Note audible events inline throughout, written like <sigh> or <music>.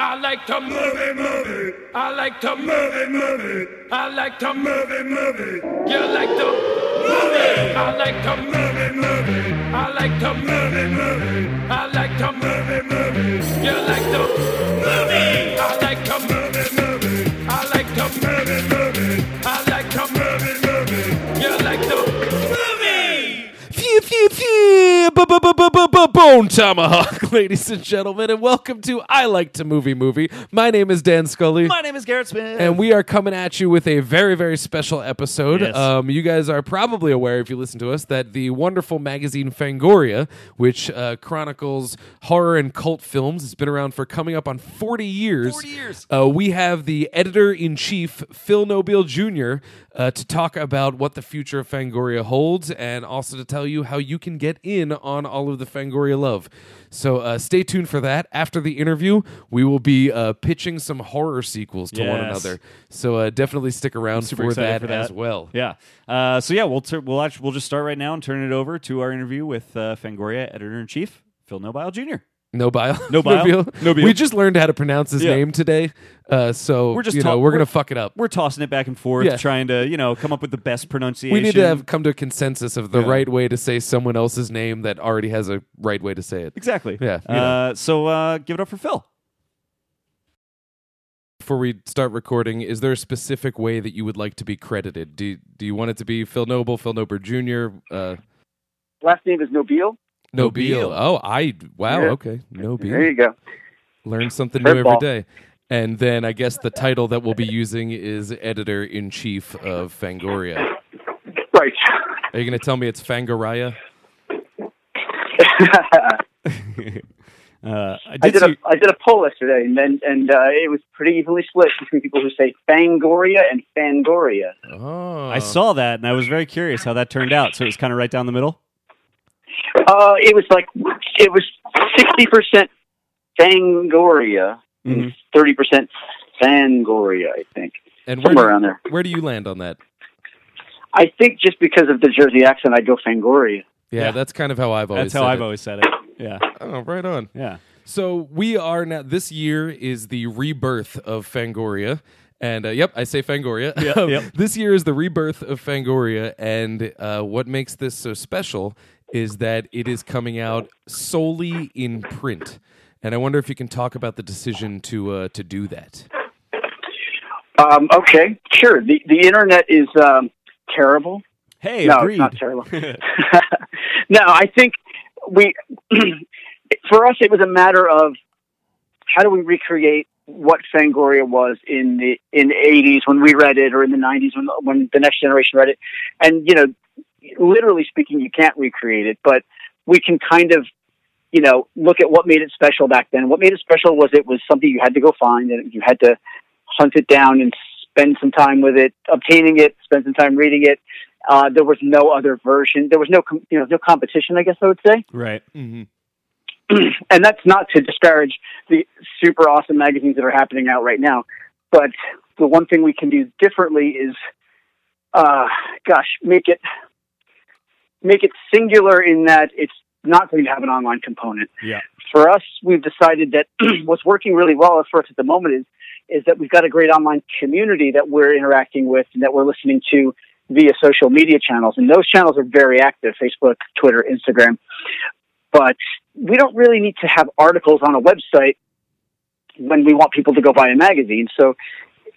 I like to move it, move it. I like to move it, move it. I like to move it, move it. You like to move it. I like to move it, move it. I like to move it, move it. I like to move it, move it. You like to move it. I like to move it, move it. I like to move it, move it. I like to move it, move it. You like to move it. Pew pew pew! Bone tomahawk, <laughs> ladies and gentlemen, and welcome to I Like to Movie Movie. My name is Dan Scully. My name is Garrett Smith. and we are coming at you with a very, very special episode. Yes. Um, you guys are probably aware, if you listen to us, that the wonderful magazine Fangoria, which uh, chronicles horror and cult films, has been around for coming up on 40 years. 40 years. Uh, we have the editor in chief, Phil Nobile Jr., uh, to talk about what the future of Fangoria holds and also to tell you how you can get in on all of the Fangoria love. So uh, stay tuned for that. After the interview, we will be uh, pitching some horror sequels to one Yes. another. So uh, definitely stick around Super for, excited that for that as well. Yeah. Uh, so yeah, we'll tur we'll actually we'll just start right now and turn it over to our interview with uh, Fangoria editor in chief Phil Nobile Jr. <laughs> No bile. No bile. Bill. No Bill. We just learned how to pronounce his Yeah. name today. Uh, so We're just you know, talk- we're going we're- to fuck it up. We're tossing it back and forth, Yeah. trying to you know come up with the best pronunciation. <laughs> We need to have come to a consensus of the Yeah. right way to say someone else's name that already has a right way to say it. exactly. Yeah, you Uh, so uh, give it up for <laughs> Phil. Before we start recording, is there a specific way that you would like to be credited? Do Do you want it to be Phil Noble, Phil Noble Jr., uh, Last name is Nobile. Nobile? Nobile. Oh, I wow, Yeah. okay, Nobile. There you go. <laughs> Learn something new every Curveball. day. And then I guess the title that we'll be using is editor in chief of Fangoria. Right. <laughs> Are you going to tell me it's Fangoria? Uh, I I did. did a see- I did a poll yesterday, and then, and uh, it was pretty evenly split between people who say Fangoria and Fangoria. Oh, I saw that and I was very curious how that turned out. So it was kind of right down the middle. Uh, it was like it was sixty percent Fangoria, Mhm. thirty percent Fangoria. I think And where somewhere do, around there. where do you land on that? I think just because of the Jersey accent, I go Fangoria. Yeah, Yeah. that's kind of how I've always. That's how said I've it. always said it. Yeah. Oh, right on. Yeah. So we are now. This year is the rebirth of Fangoria, and uh, yep, I say Fangoria. <laughs> Yep, yep. this year is the rebirth of Fangoria, and uh, what makes this so special is that it is coming out solely in print. And I wonder if you can talk about the decision to uh, to do that. Um, okay, sure. The the internet is um, terrible. Hey, no, agreed. it's not terrible. <laughs> no, I think we, <clears throat> for us, it was a matter of how do we recreate what Fangoria was in the in the eighties when we read it, or in the nineties when when the next generation read it, and you know, literally speaking, you can't recreate it, but we can kind of. You know, look at what made it special back then. What made it special was it was something you had to go find, and you had to hunt it down and spend some time with it, obtaining it, spend some time reading it, uh, there was no other version. There was no, com- you know, no competition. I guess I would say, <laughs> right. Mm-hmm. <clears throat> and that's not to disparage the super awesome magazines that are happening out right now. But the one thing we can do differently is, uh, gosh, make it make it singular in that it's not going to have an online component. Yeah. For us, we've decided that <clears throat> what's working really well for us at the moment is is that we've got a great online community that we're interacting with and that we're listening to via social media channels, and those channels are very active: Facebook, Twitter, Instagram. But we don't really need to have articles on a website when we want people to go buy a magazine. So,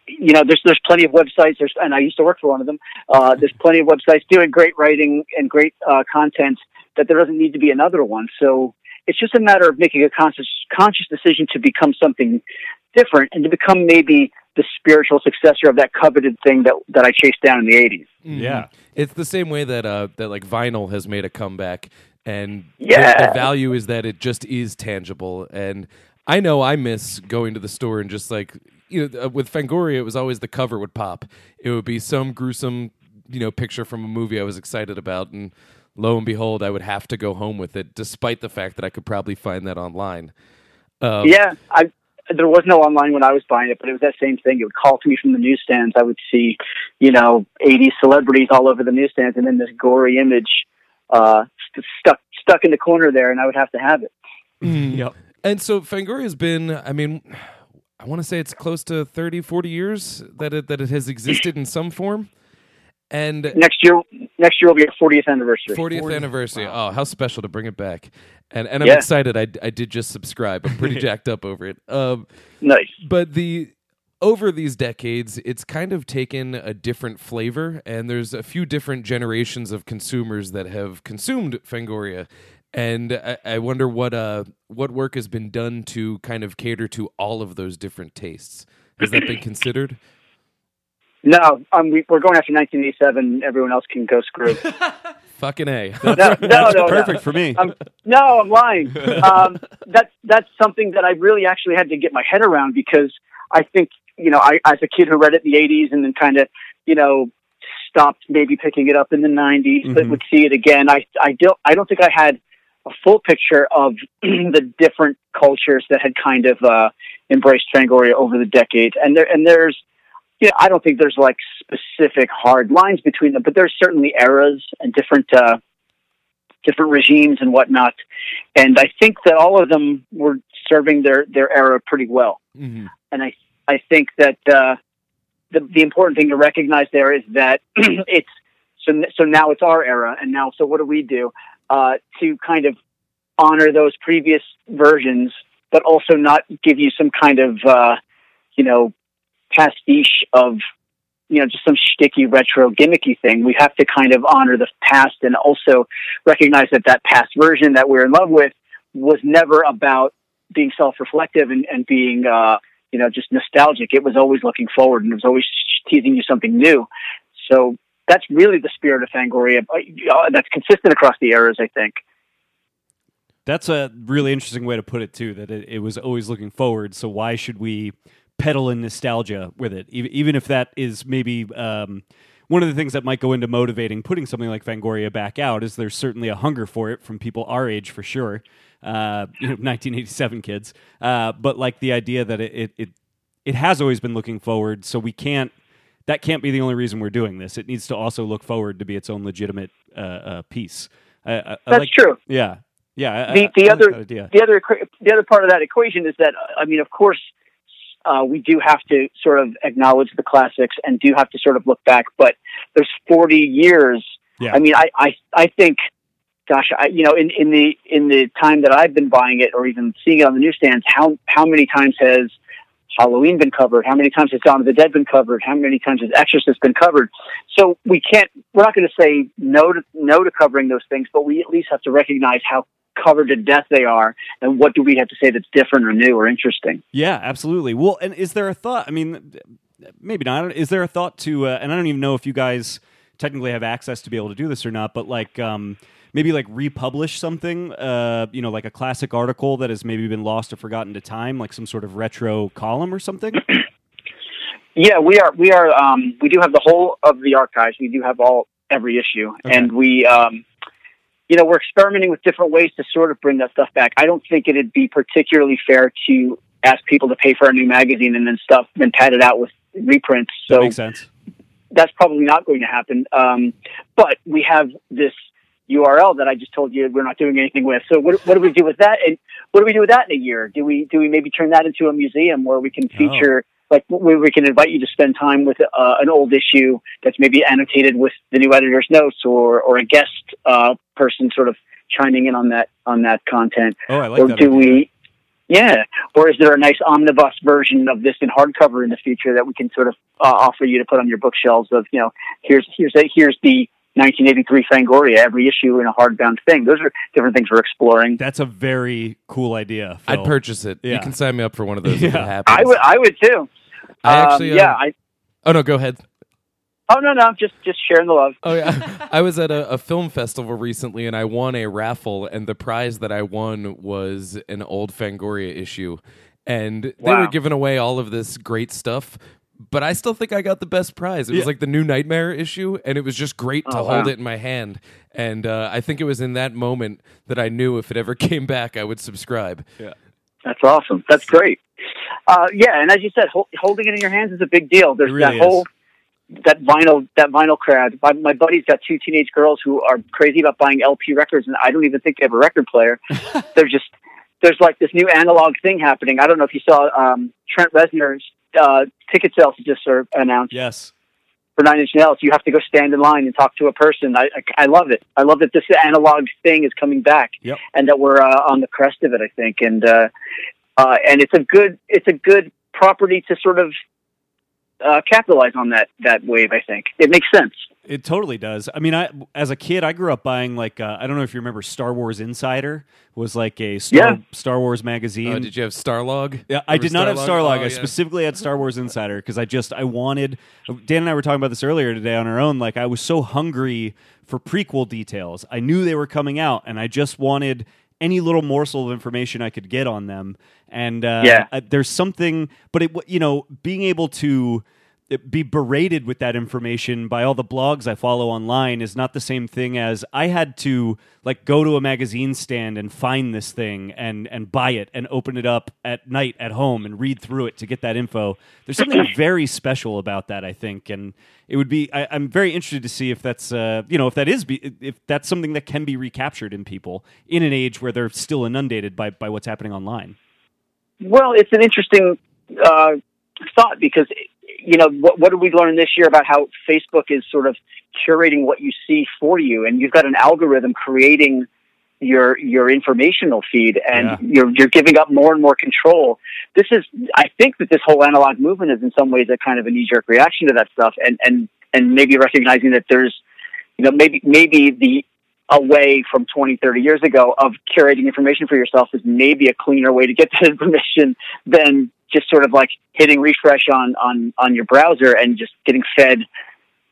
you know, there's there's plenty of websites. There's and I used to work for one of them. Uh, there's plenty of websites doing great writing and great uh, content that there doesn't need to be another one. So it's just a matter of making a conscious conscious decision to become something different and to become maybe the spiritual successor of that coveted thing that that I chased down in the 80s. Yeah. It's the same way that uh that like vinyl has made a comeback and the- the, Yeah. value is that it just is tangible and I know I miss going to the store and just like you know uh, with Fangoria it was always the cover would pop. It would be some gruesome you know picture from a movie I was excited about and lo and behold I would have to go home with it despite the fact that I could probably find that online. Um, Yeah, I there was no online when I was buying it, but it was that same thing. It would call to me from the newsstands. I would see, you know, 80 celebrities all over the newsstands, and then this gory image uh, st- stuck stuck Mm-hmm. <laughs> in the corner there, and I would have to have it. Yep. And so Fangoria has been, I mean, I want to say it's close to 30, 40 years that it, that it has existed in some form. And Next year, next year will be our 40th anniversary. 40th anniversary. Oh, how special to bring it back. And and I'm Yeah. excited. I, I did just subscribe. I'm pretty jacked up over it. Um, Nice. but the over these decades it's kind of taken a different flavor and there's a few different generations of consumers that have consumed fangoria and i, I wonder what uh what work has been done to kind of cater to all of those different tastes has that been considered No, um, we, we're going after 1987. Everyone else can go screw. fucking <laughs> a No, no, no, no. Perfect for me. Um, no, I'm lying. Um, that's that's something that I really actually had to get my head around because I think you know I as a kid who read it in the '80s and then kind of you know stopped maybe picking it up in the '90s, but Mhm. would see it again. I I don't I don't think I had a full picture of <clears throat> the different cultures that had kind of uh, embraced Fangoria over the decades, and there and there's. Yeah, I don't think there's like specific hard lines between them, but there's certainly eras and different uh, different regimes and whatnot. And I think that all of them were serving their, their era pretty well. Mhm. And I, I think that uh, the, the important thing to recognize there is that <clears throat> it's so, so now it's our era. And now, so what do we do uh, to kind of honor those previous versions, but also not give you some kind of, uh, you know, pastiche of you know, just some sticky retro gimmicky thing. We have to kind of honor the past and also recognize that that past version that we're in love with was never about being self-reflective and, and being, uh, you know, just nostalgic. It was always looking forward and it was always teasing you something new. So that's really the spirit of Fangoria. Uh, that's consistent across the eras, I think. That's a really interesting way to put it too. That it, it was always looking forward. So why should we pedal in nostalgia with it, even, even if that is maybe um, one of the things that might go into motivating putting something like Fangoria back out? Is there's certainly a hunger for it from people our age for sure, uh, you know, <laughs> 1987 kids. Uh, but like the idea that it, it it it has always been looking forward. So we can't. That can't be the only reason we're doing this. It needs to also look forward to be its own legitimate uh, uh, piece. I, I, I That's like- true. yeah, yeah. I- The- I- the I like other- that idea. the other equa- the other part of that equation is that uh, I mean, of course, uh, we do have to sort of acknowledge the classics and do have to sort of look back. But there's 40 years. Yeah. I mean, I I, I think, gosh, I, you know, in, in the in the time that I've been buying it or even seeing it on the newsstands, how how many times has Halloween been covered? How many times has Dawn of the Dead been covered? How many times has Exorcist been covered? So we can't. We're not going to say no to no to covering those things, but we at least have to recognize how covered to death they are, and what do we have to say that's different or new or interesting? Yeah, absolutely. Well, and is there a thought? I mean, maybe not. Is there a thought to? Uh, and I don't even know if you guys technically have access to be able to do this or not. But like, um, maybe like republish something. Uh, you know, like a classic article that has maybe been lost or forgotten to time, like some sort of retro column or something. Yeah, we are. We are. Um, we do have the whole of the archives. We do have all every issue, Okay. and we, um, you know, we're experimenting with different ways to sort of bring that stuff back. I don't think it'd be particularly fair to ask people to pay for our new magazine and then stuff, then pad it out with reprints. that So makes sense. that's probably not going to happen. Um, but we have this URL that I just told you we're not doing anything with. So what, what do we do with that? And what do we do with that in a year? Do we do we maybe turn that into a museum where we can feature like where we can invite you to spend time with uh, an old issue that's maybe annotated with the new editor's notes or or a guest uh, person sort of chiming in on that on that content Oh, I like or that. do idea. we yeah or is there a nice omnibus version of this in hardcover in the future that we can sort of uh, offer you to put on your bookshelves of you know here's here's a, here's the 1983 Fangoria every issue in a hardbound thing those are different things we're exploring That's a very cool idea. Phil. i'd purchase it you Yeah. can sign me up for one of those if it Yeah. happens I would I would too I actually, um, uh, yeah I oh no go ahead oh no no I'm just just sharing the love Oh yeah, I was at a, a film festival recently, and I won a raffle, and the prize that I won was an old Fangoria issue, and they were Wow. giving away all of this great stuff. But I still think I got the best prize. It was Yeah. like the new Nightmare issue, and it was just great to Oh, hold wow. it in my hand. And uh, I think it was in that moment that I knew if it ever came back, I would subscribe. That's awesome. That's great. Uh, yeah, and as you said, hol- holding it in your hands is a big deal. There's It really that whole that vinyl that vinyl crowd. My, my buddy's got two <laughs> teenage girls who are crazy about buying LP records, and I don't even think they have a record player. They're just there's like this new analog thing happening. I don't know if you saw um, Trent Reznor's uh, ticket sales just sort of announced Yes. for Nine Inch Nails. You have to go stand in line and talk to a person. I, I, I love it. I love that this analog thing is coming back, Yep. and that we're uh, on the crest of it. I think, and uh, uh, and it's a good it's a good property to sort of uh, capitalize on that that wave. I think it makes sense. It totally does. I mean, I as a kid, I grew up buying like uh, I don't know if you remember Star Wars Insider was like a Star, Yeah. Star Wars magazine. Uh, did you have Starlog? Yeah, I Remember did not have Starlog. Oh, I yeah. specifically had Star Wars Insider because I just I wanted. Dan and I were talking about this earlier today on our own. Like I was so hungry for prequel details. I knew they were coming out, and I just wanted any little morsel of information I could get on them. And uh, Yeah. I- there's something, but it you know being able to uh, be berated with that information by all the blogs I follow online is not the same thing as I had to like go to a magazine stand and find this thing and and buy it and open it up at night at home and read through it to get that info. There's something very special about that, I think, and it would be. I, I'm very interested to see if that's uh, you know if that is be, if that's something that can be recaptured in people in an age where they're still inundated by by what's happening online. Well, it's an interesting uh, thought because you know what, what did we learn this year about how Facebook is sort of curating what you see for you, and you've got an algorithm creating your your informational feed, and Yeah. you're you're giving up more and more control. This is, I think, that this whole analog movement is in some ways a kind of a knee jerk reaction to that stuff, and and and maybe recognizing that there's you know maybe maybe the away from 20 30 years ago of curating information for yourself is maybe a cleaner way to get <laughs> that information than just sort of like hitting refresh on on on your browser and just getting fed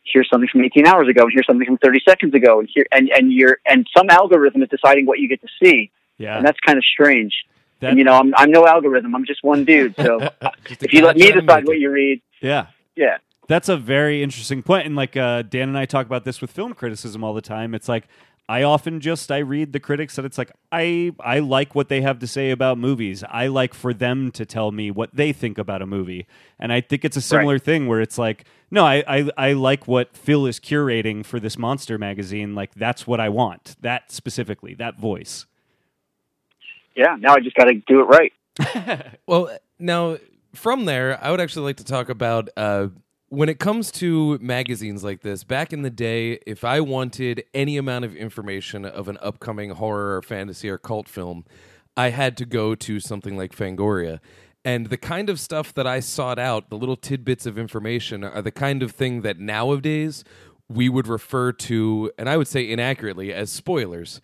here's something from 18 hours ago and here's something from 30 seconds ago and here and and you're and some algorithm is deciding what you get to see Yeah, and that's kind of strange That- and you know I'm, I'm no algorithm i'm just one dude so <laughs> Just a if you let guy me trying to decide make what it. you read yeah. yeah That's a very interesting point. And like uh, Dan and I talk about this with film criticism all the time. It's like I often just I read the critics and it's like I I like what they have to say about movies. I like for them to tell me what they think about a movie. And I think it's a similar thing where it's like, no, I, I I like what Phil is curating for this monster magazine. Like that's what I want. That specifically, that voice. yeah now i just got to do it right Well, now from there, I would actually like to talk about uh, when it comes to magazines like this. Back in the day, if I wanted any amount of information of an upcoming horror or fantasy or cult film, I had to go to something like Fangoria. And the kind of stuff that I sought out, the little tidbits of information, are the kind of thing that nowadays we would refer to, and I would say inaccurately, as spoilers.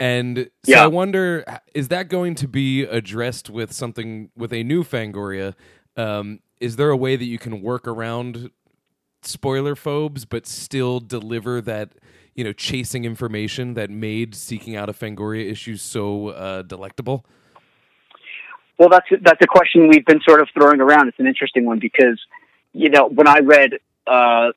And so Yeah. I wonder, h- is that going to be addressed with something with a new Fangoria? Um, is there a way that you can work around spoiler phobes, but still deliver that you know chasing information that made seeking out a Fangoria issue so uh, delectable? Well, that's that's a question we've been sort of throwing around. It's an interesting one because you know when I read uh,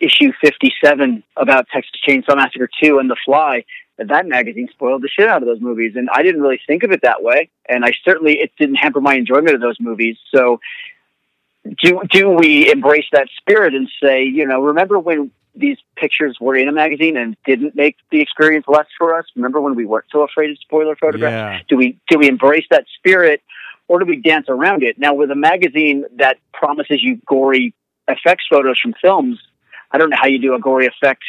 issue fifty-seven about Texas Chainsaw Massacre two and The Fly, that magazine spoiled the shit out of those movies, and I didn't really think of it that way, and I certainly it didn't hamper my enjoyment of those movies. So, do do we embrace that spirit and say, you know, remember when? These pictures were in a magazine and didn't make the experience less for us. Remember when we weren't so afraid of spoiler photographs? Yeah. Do we do we embrace that spirit, or do we dance around it? Now, with a magazine that promises you gory effects photos from films, I don't know how you do a gory effects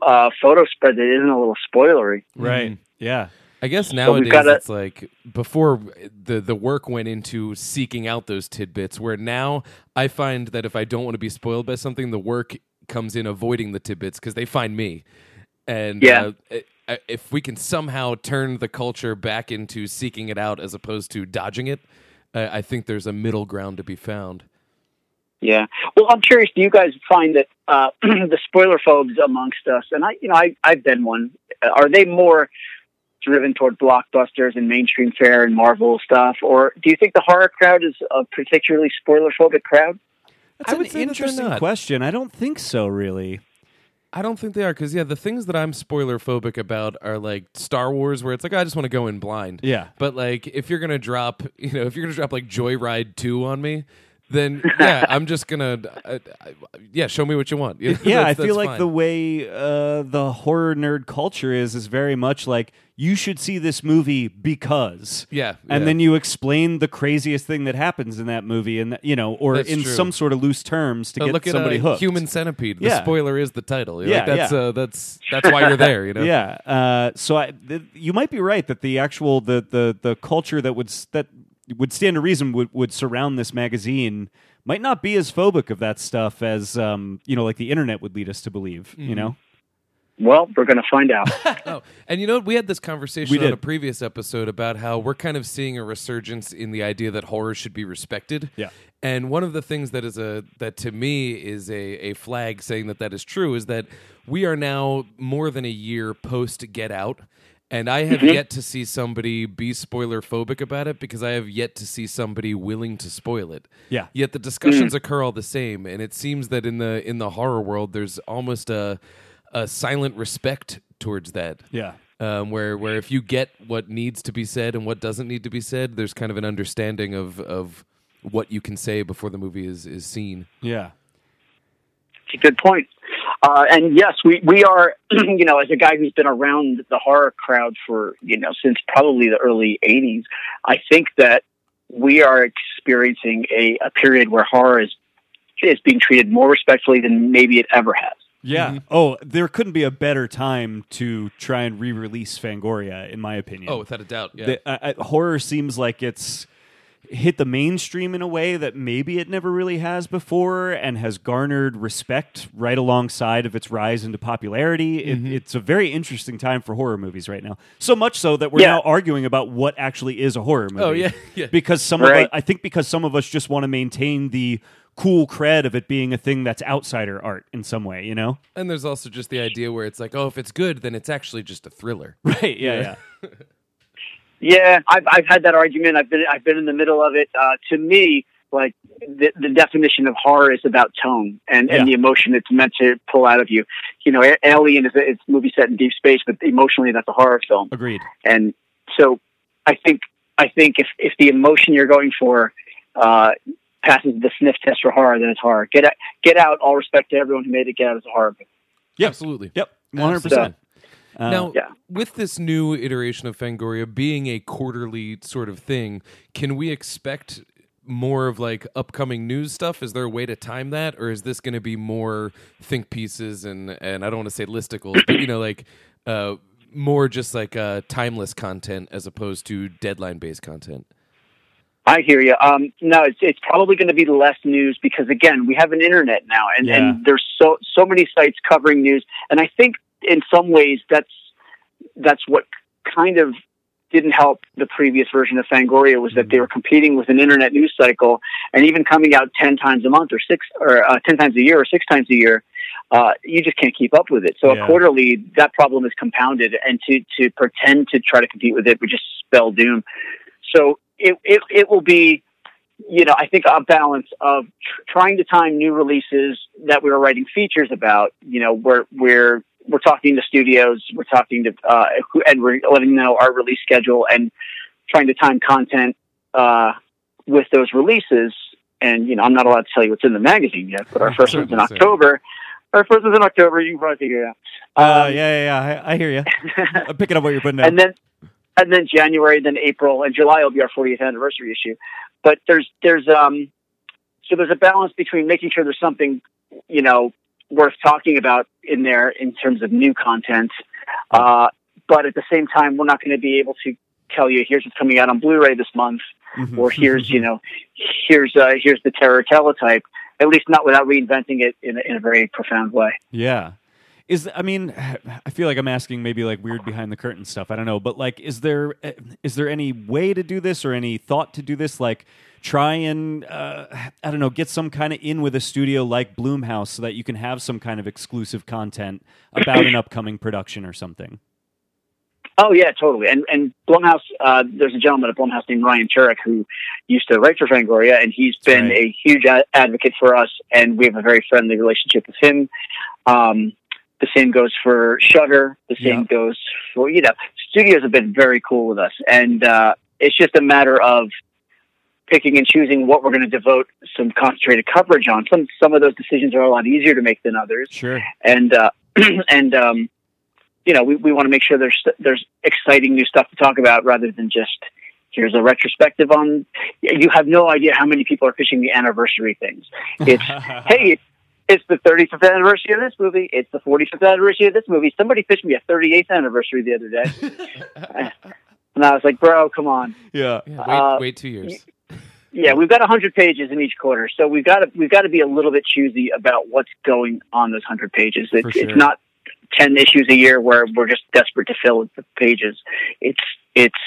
uh, photo spread that isn't a little spoilery. Right. Yeah. I guess we've nowadays gotta- it's like before the the work went into seeking out those tidbits. Where now I find that if I don't want to be spoiled by something, the work comes in avoiding the tidbits because they find me. And Yeah. uh, i- if we can somehow turn the culture back into seeking it out as opposed to dodging it, uh, I think there's a middle ground to be found. Yeah. Well, I'm curious. Do you guys find that uh, <clears throat> the spoiler phobes amongst us, and I, you know, I, I've been one. Are they more driven toward blockbusters and mainstream fare and Marvel stuff, or do you think the horror crowd is a particularly spoiler phobic crowd? That's I would say an that they're interesting not. question. I don't think so, really. I don't think they are because yeah, the things that I'm spoiler phobic about are like Star Wars, where it's like I just want to go in blind. Yeah. <laughs> but like if you're gonna drop, you know, if you're gonna drop like Joyride two on me, then yeah, I'm just gonna uh, uh, yeah, show me what you want. <laughs> You know, yeah, I that's- that's feel like fine. the way uh, the horror nerd culture is is very much like you should see this movie because Yeah, and yeah. then you explain the craziest thing that happens in that movie, and that- you know, or That's in true. some sort of loose terms to Uh, get look somebody at uh, hooked. Human Centipede. The Yeah. spoiler is the title. You're Yeah, like, that's yeah. Uh, that's that's why you're there. You know. <laughs> Yeah. Uh, so I, th- you might be right that the actual the the the culture that would s- that would stand to reason would, would surround this magazine might not be as phobic of that stuff as um, you know, like the internet would lead us to believe. Mm-hmm. You know. Well, we're going to find out. Oh, and you know, we had this conversation We on did. a previous episode about how we're kind of seeing a resurgence in the idea that horror should be respected. Yeah. And one of the things that is a that to me is a a flag saying that that is true is that we are now more than a year post Get Out. And I have yet to see somebody be spoiler phobic about it because I have yet to see somebody willing to spoil it. Yeah. Yet the discussions occur all the same, and it seems that in the in the horror world, there's almost a a silent respect towards that Yeah. um, where where if you get what needs to be said and what doesn't need to be said, there's kind of an understanding of of what you can say before the movie is is seen. Yeah. It's a good point. Uh, and yes, we, we are, <clears throat> you know, as a guy who's been around the horror crowd for, you know, since probably the early 80s, I think that we are experiencing a, a period where horror is, is being treated more respectfully than maybe it ever has. Yeah. Mm-hmm. Oh, there couldn't be a better time to try and re-release Fangoria, in my opinion. Oh, without a doubt, yeah. The- I- I- horror seems like it's hit the mainstream in a way that maybe it never really has before, and has garnered respect right alongside of its rise into popularity. Mm-hmm. It, it's a very interesting time for horror movies right now. So much so that we're Yeah. now arguing about what actually is a horror movie. Oh, yeah, <laughs> yeah. Because some of Right. us, I think because some of us just want to maintain the cool cred of it being a thing that's outsider art in some way. You know. and there's also just the idea where it's like, oh, if it's good, then it's actually just a thriller. Right. Yeah. Yeah. Yeah, I've I've had that argument. I've been I've been in the middle of it. Uh, to me, like the, the definition of horror is about tone and, Yeah. and the emotion it's meant to pull out of you. You know, A- Alien is a, it's a movie set in deep space, but emotionally that's a horror film. Agreed. And so, I think I think if if the emotion you're going for uh, passes the sniff test for horror, then it's horror. Get out, get out. All respect to everyone who made it. Get out is a horror. movie. Yeah. Absolutely. Yep. One hundred percent. Uh, Now, yeah. with this new iteration of Fangoria being a quarterly sort of thing, can we expect more of like upcoming news stuff? Is there a way to time that, or is this going to be more think pieces and and I don't want to say listicles, but you know, like uh, more just like uh, timeless content as opposed to deadline based content? I hear you. Um, no, it's it's probably going to be less news because again, we have an internet now, and, Yeah. and there's so so many sites covering news, and I think in some ways that's that's what kind of didn't help the previous version of Fangoria was that they were competing with an internet news cycle, and even coming out ten times a month or six or uh, ten times a year or six times a year, uh, you just can't keep up with it. So Yeah. a quarterly, that problem is compounded, and to to pretend to try to compete with it would just spell doom. So it, it, it will be, you know, I think a balance of tr- trying to time new releases that we were writing features about. You know, we're we're we're talking to studios, we're talking to, uh, who- and we're letting them know our release schedule and trying to time content uh, with those releases. And you know, I'm not allowed to tell you what's in the magazine yet, but our first one's in Certainly, certainly. October. Our first one's in October. You can probably figure it Uh, out. yeah, Um, yeah, yeah. I, I hear you. <laughs> I'm picking up what you're putting down. and then and then January, then April, and July will be our 40th anniversary issue. But there's there's um so there's a balance between making sure there's something you know worth talking about in there in terms of new content, uh, but at the same time, we're not going to be able to tell you here's what's coming out on Blu-ray this month, Mhm. or here's you know here's uh, here's the terror teletype. At least not without reinventing it in a, in a very profound way. yeah. Is I mean, <sighs> I feel like I'm asking maybe like weird behind the curtain stuff. I don't know, but like, is there eh, is there any way to do this or any thought to do this? Like, try and uh, I don't know, get some kind of in with a studio like Bloomhouse so that you can have some kind of exclusive content about an upcoming production or something. Oh yeah, totally. And and Blumhouse, uh, there's a gentleman at Blumhouse named Ryan Turek who used to write for Fangoria, and he's That's been right. a huge a- advocate for us, and we have a very friendly relationship with him. Um, the same goes for Shutter. The same Yeah. goes for you know, studios have been very cool with us, and uh, it's just a matter of picking and choosing what we're going to devote some concentrated coverage on. Some some of those decisions are a lot easier to make than others, Sure. and uh, <clears throat> and um, you know we, we want to make sure there's there's exciting new stuff to talk about rather than just here's a retrospective on. You have no idea how many people are pitching the anniversary things. It's hey. It's the 35th anniversary of this movie. It's the 45th anniversary of this movie. Somebody pitched me a 38th anniversary the other day. and I was like, bro, come on. <laughs> yeah. Yeah, wait, Uh, wait two years. Yeah, we've got 100 pages in each quarter, so we've got to we've got to be a little bit choosy about what's going on those 100 pages. It, For sure. It's not 10 issues a year where we're just desperate to fill the pages. It's it's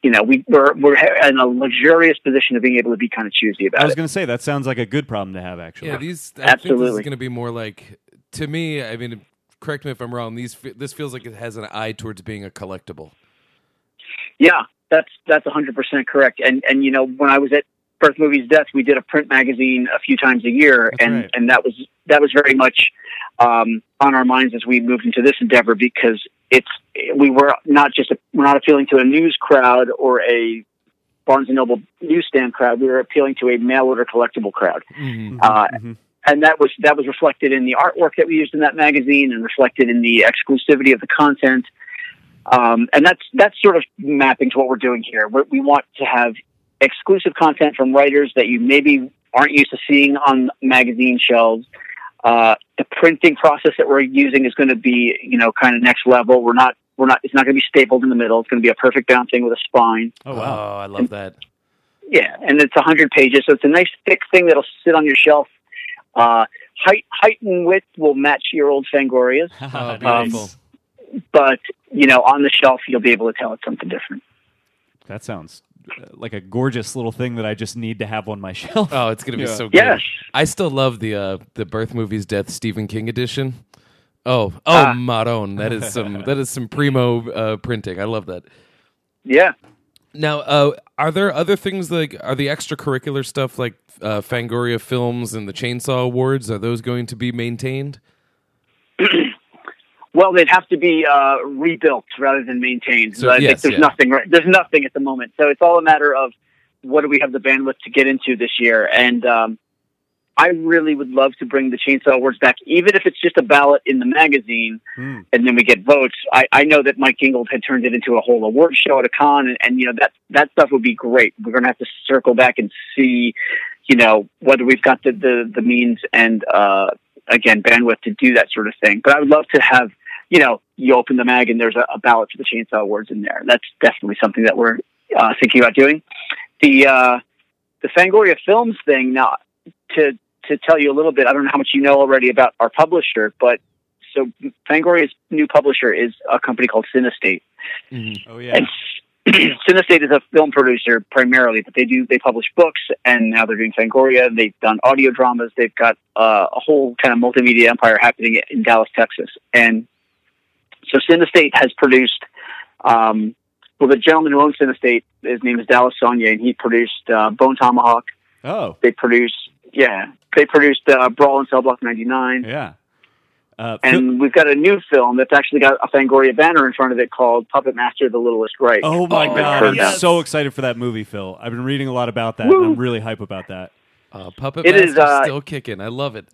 you know we we're we're in a luxurious position of being able to be kind of choosy I about was it. going to say that sounds like a good problem to have. Actually, Yeah, these. I think this is Absolutely. going to be more like to me. I mean, correct me if I'm wrong. These fe- this feels like it has an eye towards being a collectible. Yeah, that's that's 100 percent correct. And and you know when I was at Birth Movies Death, we did a print magazine a few times a year, That's and right. and that was that was very much um, on our minds as we moved into this endeavor because it's we were not just we're not appealing to a news crowd or a Barnes and Noble newsstand crowd. We were appealing to a mail order collectible crowd, Mhm. uh, Mhm. and that was that was reflected in the artwork that we used in that magazine, and reflected in the exclusivity of the content. Um, and that's that's sort of mapping to what we're doing here. we we want to have exclusive content from writers that you maybe aren't used to seeing on magazine shelves. Uh, the printing process that we're using is going to be, you know, kind of next level. We're not, we're not. It's not going to be stapled in the middle. It's going to be a perfect bouncing with a spine. Oh wow. I love that. Yeah, and it's 100 pages, so it's a nice thick thing that'll sit on your shelf. Uh, height, height and width will match your old Fangorias, <laughs> Oh, Nice. beautiful. but you know, on the shelf you'll be able to tell it's something different. That sounds uh, like a gorgeous little thing that I just need to have on my <laughs> shelf. Oh, it's gonna be Yeah. so good. Yes. I still love the uh, the birth movies death Stephen King edition. Oh, oh, Ah. Maron, that is <laughs> some that is some primo uh, printing. I love that. Yeah. Now, uh, are there other things like are the extracurricular stuff like uh, Fangoria films and the Chainsaw Awards? Are those going to be maintained? Well, they'd have to be uh, rebuilt rather than maintained. So, I think yes, there's yeah. nothing right. There's nothing at the moment. So it's all a matter of what do we have the bandwidth to get into this year. And um, I really would love to bring the Chainsaw Awards back, even if it's just a ballot in the magazine, Hmm. and then we get votes. I, I know that Mike Ingold had turned it into a whole award show at a con, and, and you know that that stuff would be great. We're going to have to circle back and see, you know, whether we've got the the, the means and uh, again bandwidth to do that sort of thing. But I would love to have you know, you open the mag and there's a, a ballot for the Chainsaw Awards in there. That's definitely something that we're uh, thinking about doing. The uh, the Fangoria Films thing. Now, to to tell you a little bit, I don't know how much you know already about our publisher, but so Fangoria's new publisher is a company called Cinestate, Oh yeah. and <clears throat> Cinestate is a film producer primarily, but they do they publish books, and now they're doing Fangoria. They've done audio dramas. They've got uh, a whole kind of multimedia empire happening in Dallas, Texas, and so Cinestate has produced. Um, well, the gentleman who owns Cinestate, his name is Dallas Sonia, and he produced uh, Bone Tomahawk. Oh They produced, yeah, they produced uh, Brawl in Cell Block '99. yeah. Uh, Phil- And we've got a new film that's actually got a Fangoria banner in front of it called Puppet Master of the Littlest Reich. oh my Oh, god! I'm yes. so excited for that movie, Phil. I've been reading a lot about that, and Woo. I'm really hype about that. Uh, Puppet It Master's is, uh, still kicking. I love it.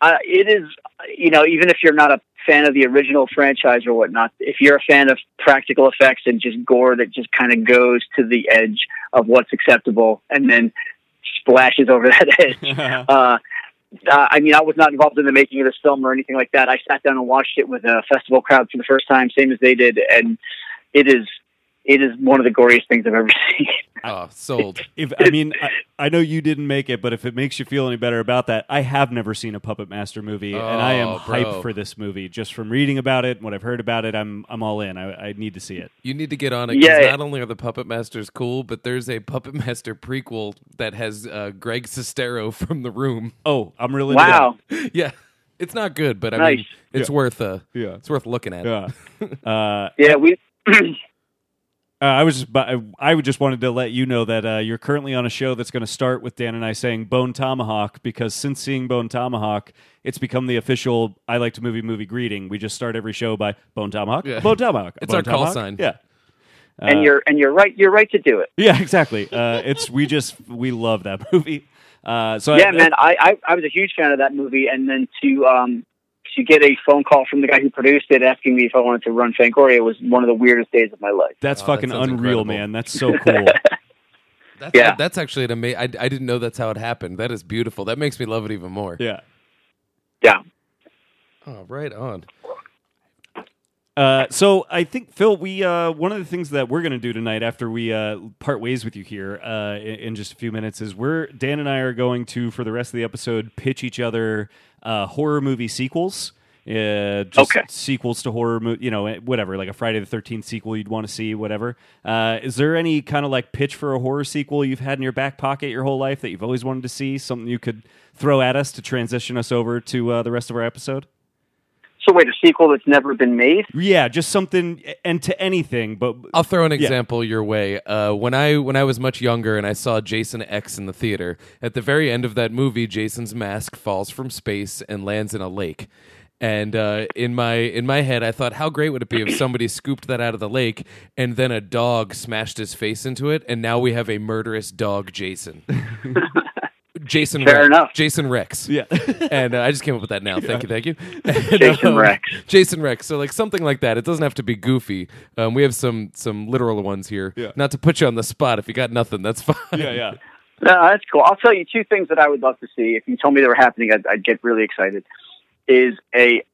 Uh, it is, you know, even if you're not a fan of the original franchise or whatnot, if you're a fan of practical effects and just gore that just kind of goes to the edge of what's acceptable and then splashes over <laughs> that edge, uh, uh, I mean, I was not involved in the making of this film or anything like that. I sat down and watched it with a festival crowd for the first time, same as they did, and it is it is one of the goriest things I've ever <laughs> seen. Oh, sold. If I mean, I, I know you didn't make it, but if it makes you feel any better about that, I have never seen a Puppet Master movie, and I am Oh, bro. hyped for this movie just from reading about it and what I've heard about it. I'm I'm all in. I, I need to see it. You need to get on it because Yeah. not only are the Puppet Masters cool, but there's a Puppet <laughs> Master prequel that has uh, Greg Sestero from The Room. <laughs> Oh, I'm really wow. yeah, it's not good, but I mean, Nice. it's worth uh, Yeah. it's worth looking at. Yeah. <laughs> Uh, Yeah, we. <clears throat> Uh, I was just, but I, I would just wanted to let you know that uh, you're currently on a show that's going to start with Dan and I saying Bone Tomahawk because since seeing Bone Tomahawk, it's become the official I like to movie movie greeting. We just start every show by Bone Tomahawk, Yeah. Bone Tomahawk. It's Bone our call Tomahawk." sign. Yeah, and you're and you're right. You're right to do it. Yeah, exactly. Uh, it's we just we love that <laughs> movie. Uh, so yeah, I, man. I, I I was a huge fan of that movie, and then to um to get a phone call from the guy who produced it asking me if I wanted to run Fangoria was one of the weirdest days of my life. that's Wow, Oh, that fucking sounds unreal, incredible. man. That's so <laughs> cool. That's, Yeah. that's actually an amazing. I, I didn't know that's how it happened. That is beautiful. That makes me love it even more. yeah. Yeah. Oh, right on. Uh, so I think Phil, we uh, one of the things that we're going to do tonight after we uh, part ways with you here uh, in, in just a few minutes is we're Dan and I are going to for the rest of the episode pitch each other uh, horror movie sequels. Uh, just Okay. sequels to horror movie, you know, eh, whatever, like a Friday the Thirteenth sequel you'd want to see, whatever. Uh, is there any kind of like pitch for a horror sequel you've had in your back pocket your whole life that you've always wanted to see? Something you could throw at us to transition us over to uh, the rest of our episode? So wait, a sequel that's never been made? Yeah, just something eh, and to anything, but I'll throw an example your way. Uh, when I when I was much younger and I saw Jason X in the theater, at the very end of that movie, Jason's mask falls from space and lands in a lake. And uh, in my in my head, I thought, how great would it be if somebody scooped that out of the lake and then a dog smashed his face into it, and now we have a murderous dog, <laughs> Jason. Jason. Fair Rex. enough. Jason Rex. yeah. and uh, I just came up with that now. Thank you, <laughs> thank you. <laughs> And, Jason um, Rex. Jason Rex. So like something like that. It doesn't have to be goofy. Um, we have some some literal ones here. Yeah. Not to put you on the spot. If you got nothing, that's <laughs> fine. yeah, yeah. No, that's cool. I'll tell you two things that I would love to see. If you told me they were happening, I'd, I'd get really excited. Is a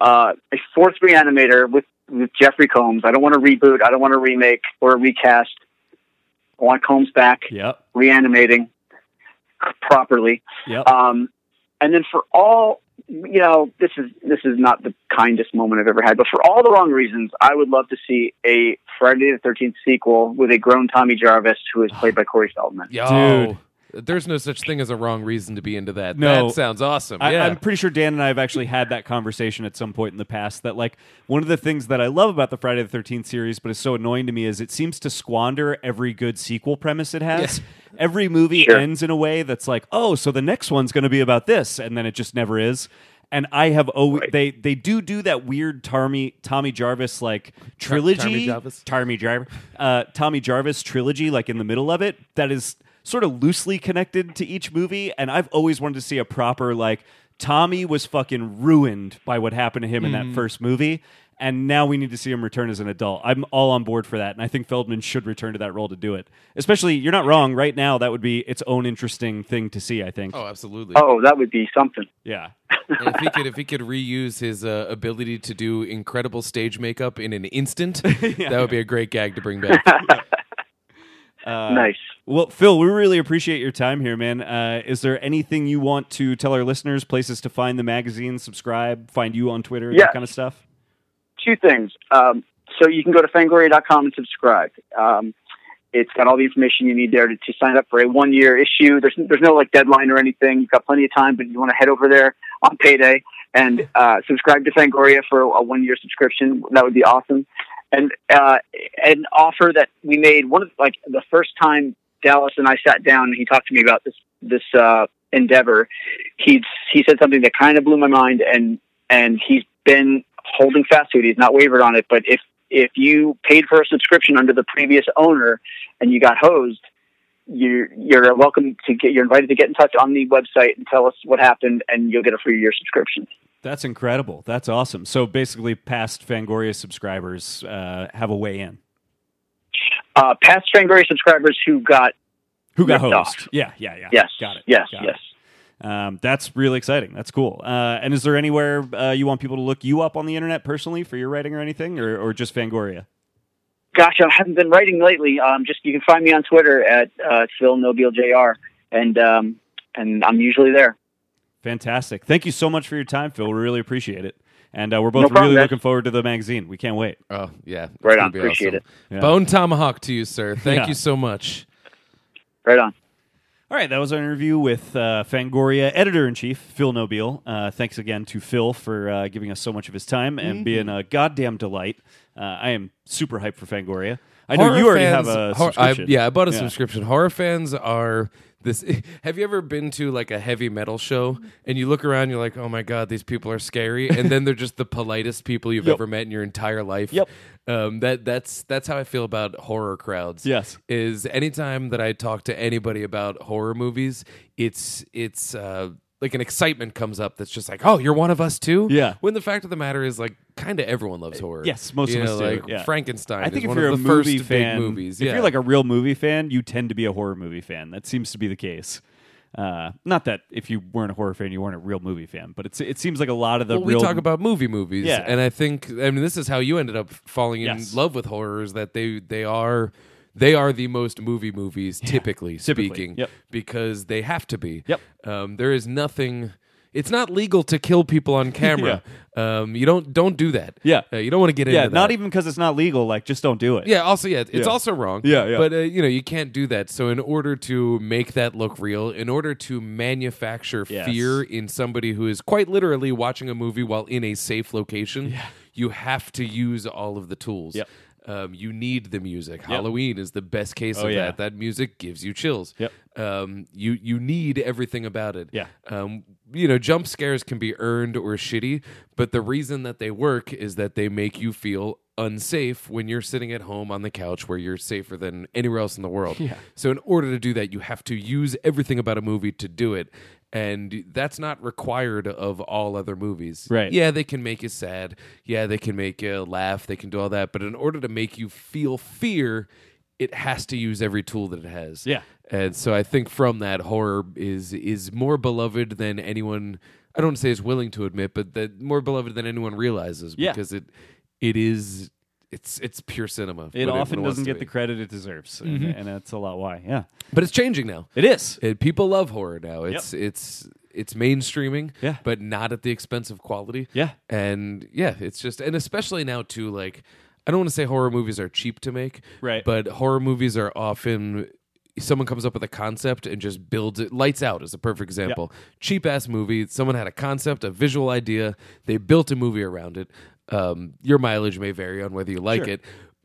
uh, a fourth reanimator with with Jeffrey Combs. I don't want to reboot. I don't want to remake or recast. I want Combs back, Yep. reanimating properly. Yep. Um, and then for all, you know, this is this is not the kindest moment I've ever had, but for all the wrong reasons, I would love to see a Friday the Thirteenth sequel with a grown Tommy Jarvis who is played by Corey Feldman. Yo, There's no such thing as a wrong reason to be into that. No. That sounds awesome. I, yeah. <laughs> I'm pretty sure Dan and I have actually had that conversation at some point in the past. That like one of the things that I love about the Friday the Thirteenth series, but is so annoying to me, is it seems to squander every good sequel premise it has. <laughs> Every movie Sure. ends in a way that's like, oh, so the next one's going to be about this, and then it just never is. And I have always they they do do that weird Tommy Tommy Jarvis like trilogy Jarvis. Tommy Jarvis, uh, Tommy Jarvis trilogy, like in the middle of it, that is sort of loosely connected to each movie. And I've always wanted to see a proper like Tommy was fucking ruined by what happened to him in that first movie, and now we need to see him return as an adult. I'm all on board for that, and I think Feldman should return to that role to do it. Especially, you're not wrong. Right now, that would be its own interesting thing to see. I think. oh, absolutely. Oh, that would be something. <laughs> Yeah. And if he could, if he could reuse his uh, ability to do incredible stage makeup in an instant, <laughs> that would be a great gag to bring <laughs> back. Uh, nice. Well, Phil, we really appreciate your time here, man. Uh, is there anything you want to tell our listeners, places to find the magazine, subscribe, find you on Twitter, Yeah. that kind of stuff? Two things. Um, so you can go to fangoria.com and subscribe. Um, it's got all the information you need there to, to sign up for a one year issue. There's there's no like deadline or anything. You've got plenty of time, but you want to head over there on payday and uh, subscribe to Fangoria for a one year subscription. That would be awesome. And uh, an offer that we made one of like the first time Dallas and I sat down and he talked to me about this this uh, endeavor. He he said something that kind of blew my mind and and he's been holding fast to it. He's not wavered on it. But if if you paid for a subscription under the previous owner and you got hosed, you're you're welcome to get you're invited to get in touch on the website and tell us what happened, and you'll get a free year subscription. That's incredible. That's awesome. So basically, past Fangoria subscribers uh, have a way in. Uh, past Fangoria subscribers who got Who got Ripped off. hosed? Yeah, yeah, yeah. yes, Got it. yes, Got it. yes. Um, that's really exciting. That's cool. Uh, and is there anywhere uh, you want people to look you up on the internet personally for your writing or anything, or, or just Fangoria? Gosh, I haven't been writing lately. Um, just you can find me on Twitter at uh, Phil Nobile Jr. and um, and I'm usually there. Fantastic. Thank you so much for your time, Phil. We really appreciate it. And uh, we're both No problem, really man. looking forward to the magazine. We can't wait. Oh yeah, it's Right gonna on. be Appreciate awesome. it. Yeah. Bone tomahawk to you, sir. Thank Yeah. you so much. Right on. All right, that was our interview with uh, Fangoria editor in chief, Phil Nobile. Uh, thanks again to Phil for uh, Mm-hmm. giving us so much of his time and being a goddamn delight. Uh, I am super hyped for Fangoria. I I know horror you already have fans- a hor- I- subscription. yeah, I bought a Yeah. subscription. Horror fans are this. <laughs> Have you ever been to like a heavy metal show and you look around, you're like, oh my god, these people are scary, and then they're just the politest people you've Yep. ever met in your entire life. Yep. Um, that that's that's how I feel about horror crowds. Yes. Is anytime that I talk to anybody about horror movies, it's it's. Uh, like an excitement comes up that's just like, oh, you're one of us too. Yeah. Uh, When the fact of the matter is, like, kind of everyone loves horror. yes, most You of know, us do, Like yeah. Frankenstein. I is think if one you're of a the movie first fan, big movies. if yeah. you're like a real movie fan, you tend to be a horror movie fan. That seems to be the case. Uh, not that if you weren't a horror fan, you weren't a real movie fan, but it's, it seems like a lot of the well, real. we talk about movie movies, Yeah. and I think I mean this is how you ended up falling Yes. in love with horrors that they they are they are the most movie movies typically, typically. speaking Yep. because they have to be. Yep. Um, there is nothing. It's not legal to kill people <laughs> on camera. um, you don't don't do that. Yeah. Uh, you don't want to get yeah, into not that. even because it's not legal. Like, just don't do it. Yeah, also yeah, it's Yeah. also wrong. Yeah, yeah. But uh, you know, you can't do that. So in order to make that look real, in order to manufacture Yes. fear in somebody who is quite literally watching a movie while in a safe location, you have to use all of the tools. Yep. Um, you need the music. Halloween is the best case Oh, of yeah. that. That music gives you chills. Yep. Um, you you need everything about it. Yeah. Um, you know, jump scares can be earned or shitty, but the reason that they work is that they make you feel unsafe when you're sitting at home on the couch where you're safer than anywhere else in the world. Yeah. So in order to do that, you have to use everything about a movie to do it. And that's not required of all other movies. Right. Yeah, they can make you sad. Yeah, they can make you laugh. They can do all that. But in order to make you feel fear, it has to use every tool that it has. Yeah. And so I think from that horror is is more beloved than anyone I don't say is willing to admit, but that more beloved than anyone realizes Yeah. because it it is it's it's pure cinema. when It when often wants doesn't to get be. the credit it deserves, and, and that's a lot why. Yeah, But it's changing now. it is. It, people love horror now. It's it's it's mainstreaming, Yeah. but not at the expense of quality. Yeah. And yeah, it's just and especially now too, like I don't want to say horror movies are cheap to make, Right. But horror movies are often someone comes up with a concept and just builds it. Lights Out is a perfect example. Cheap ass movie. Someone had a concept, a visual idea, they built a movie around it. Um, your mileage may vary on whether you like it.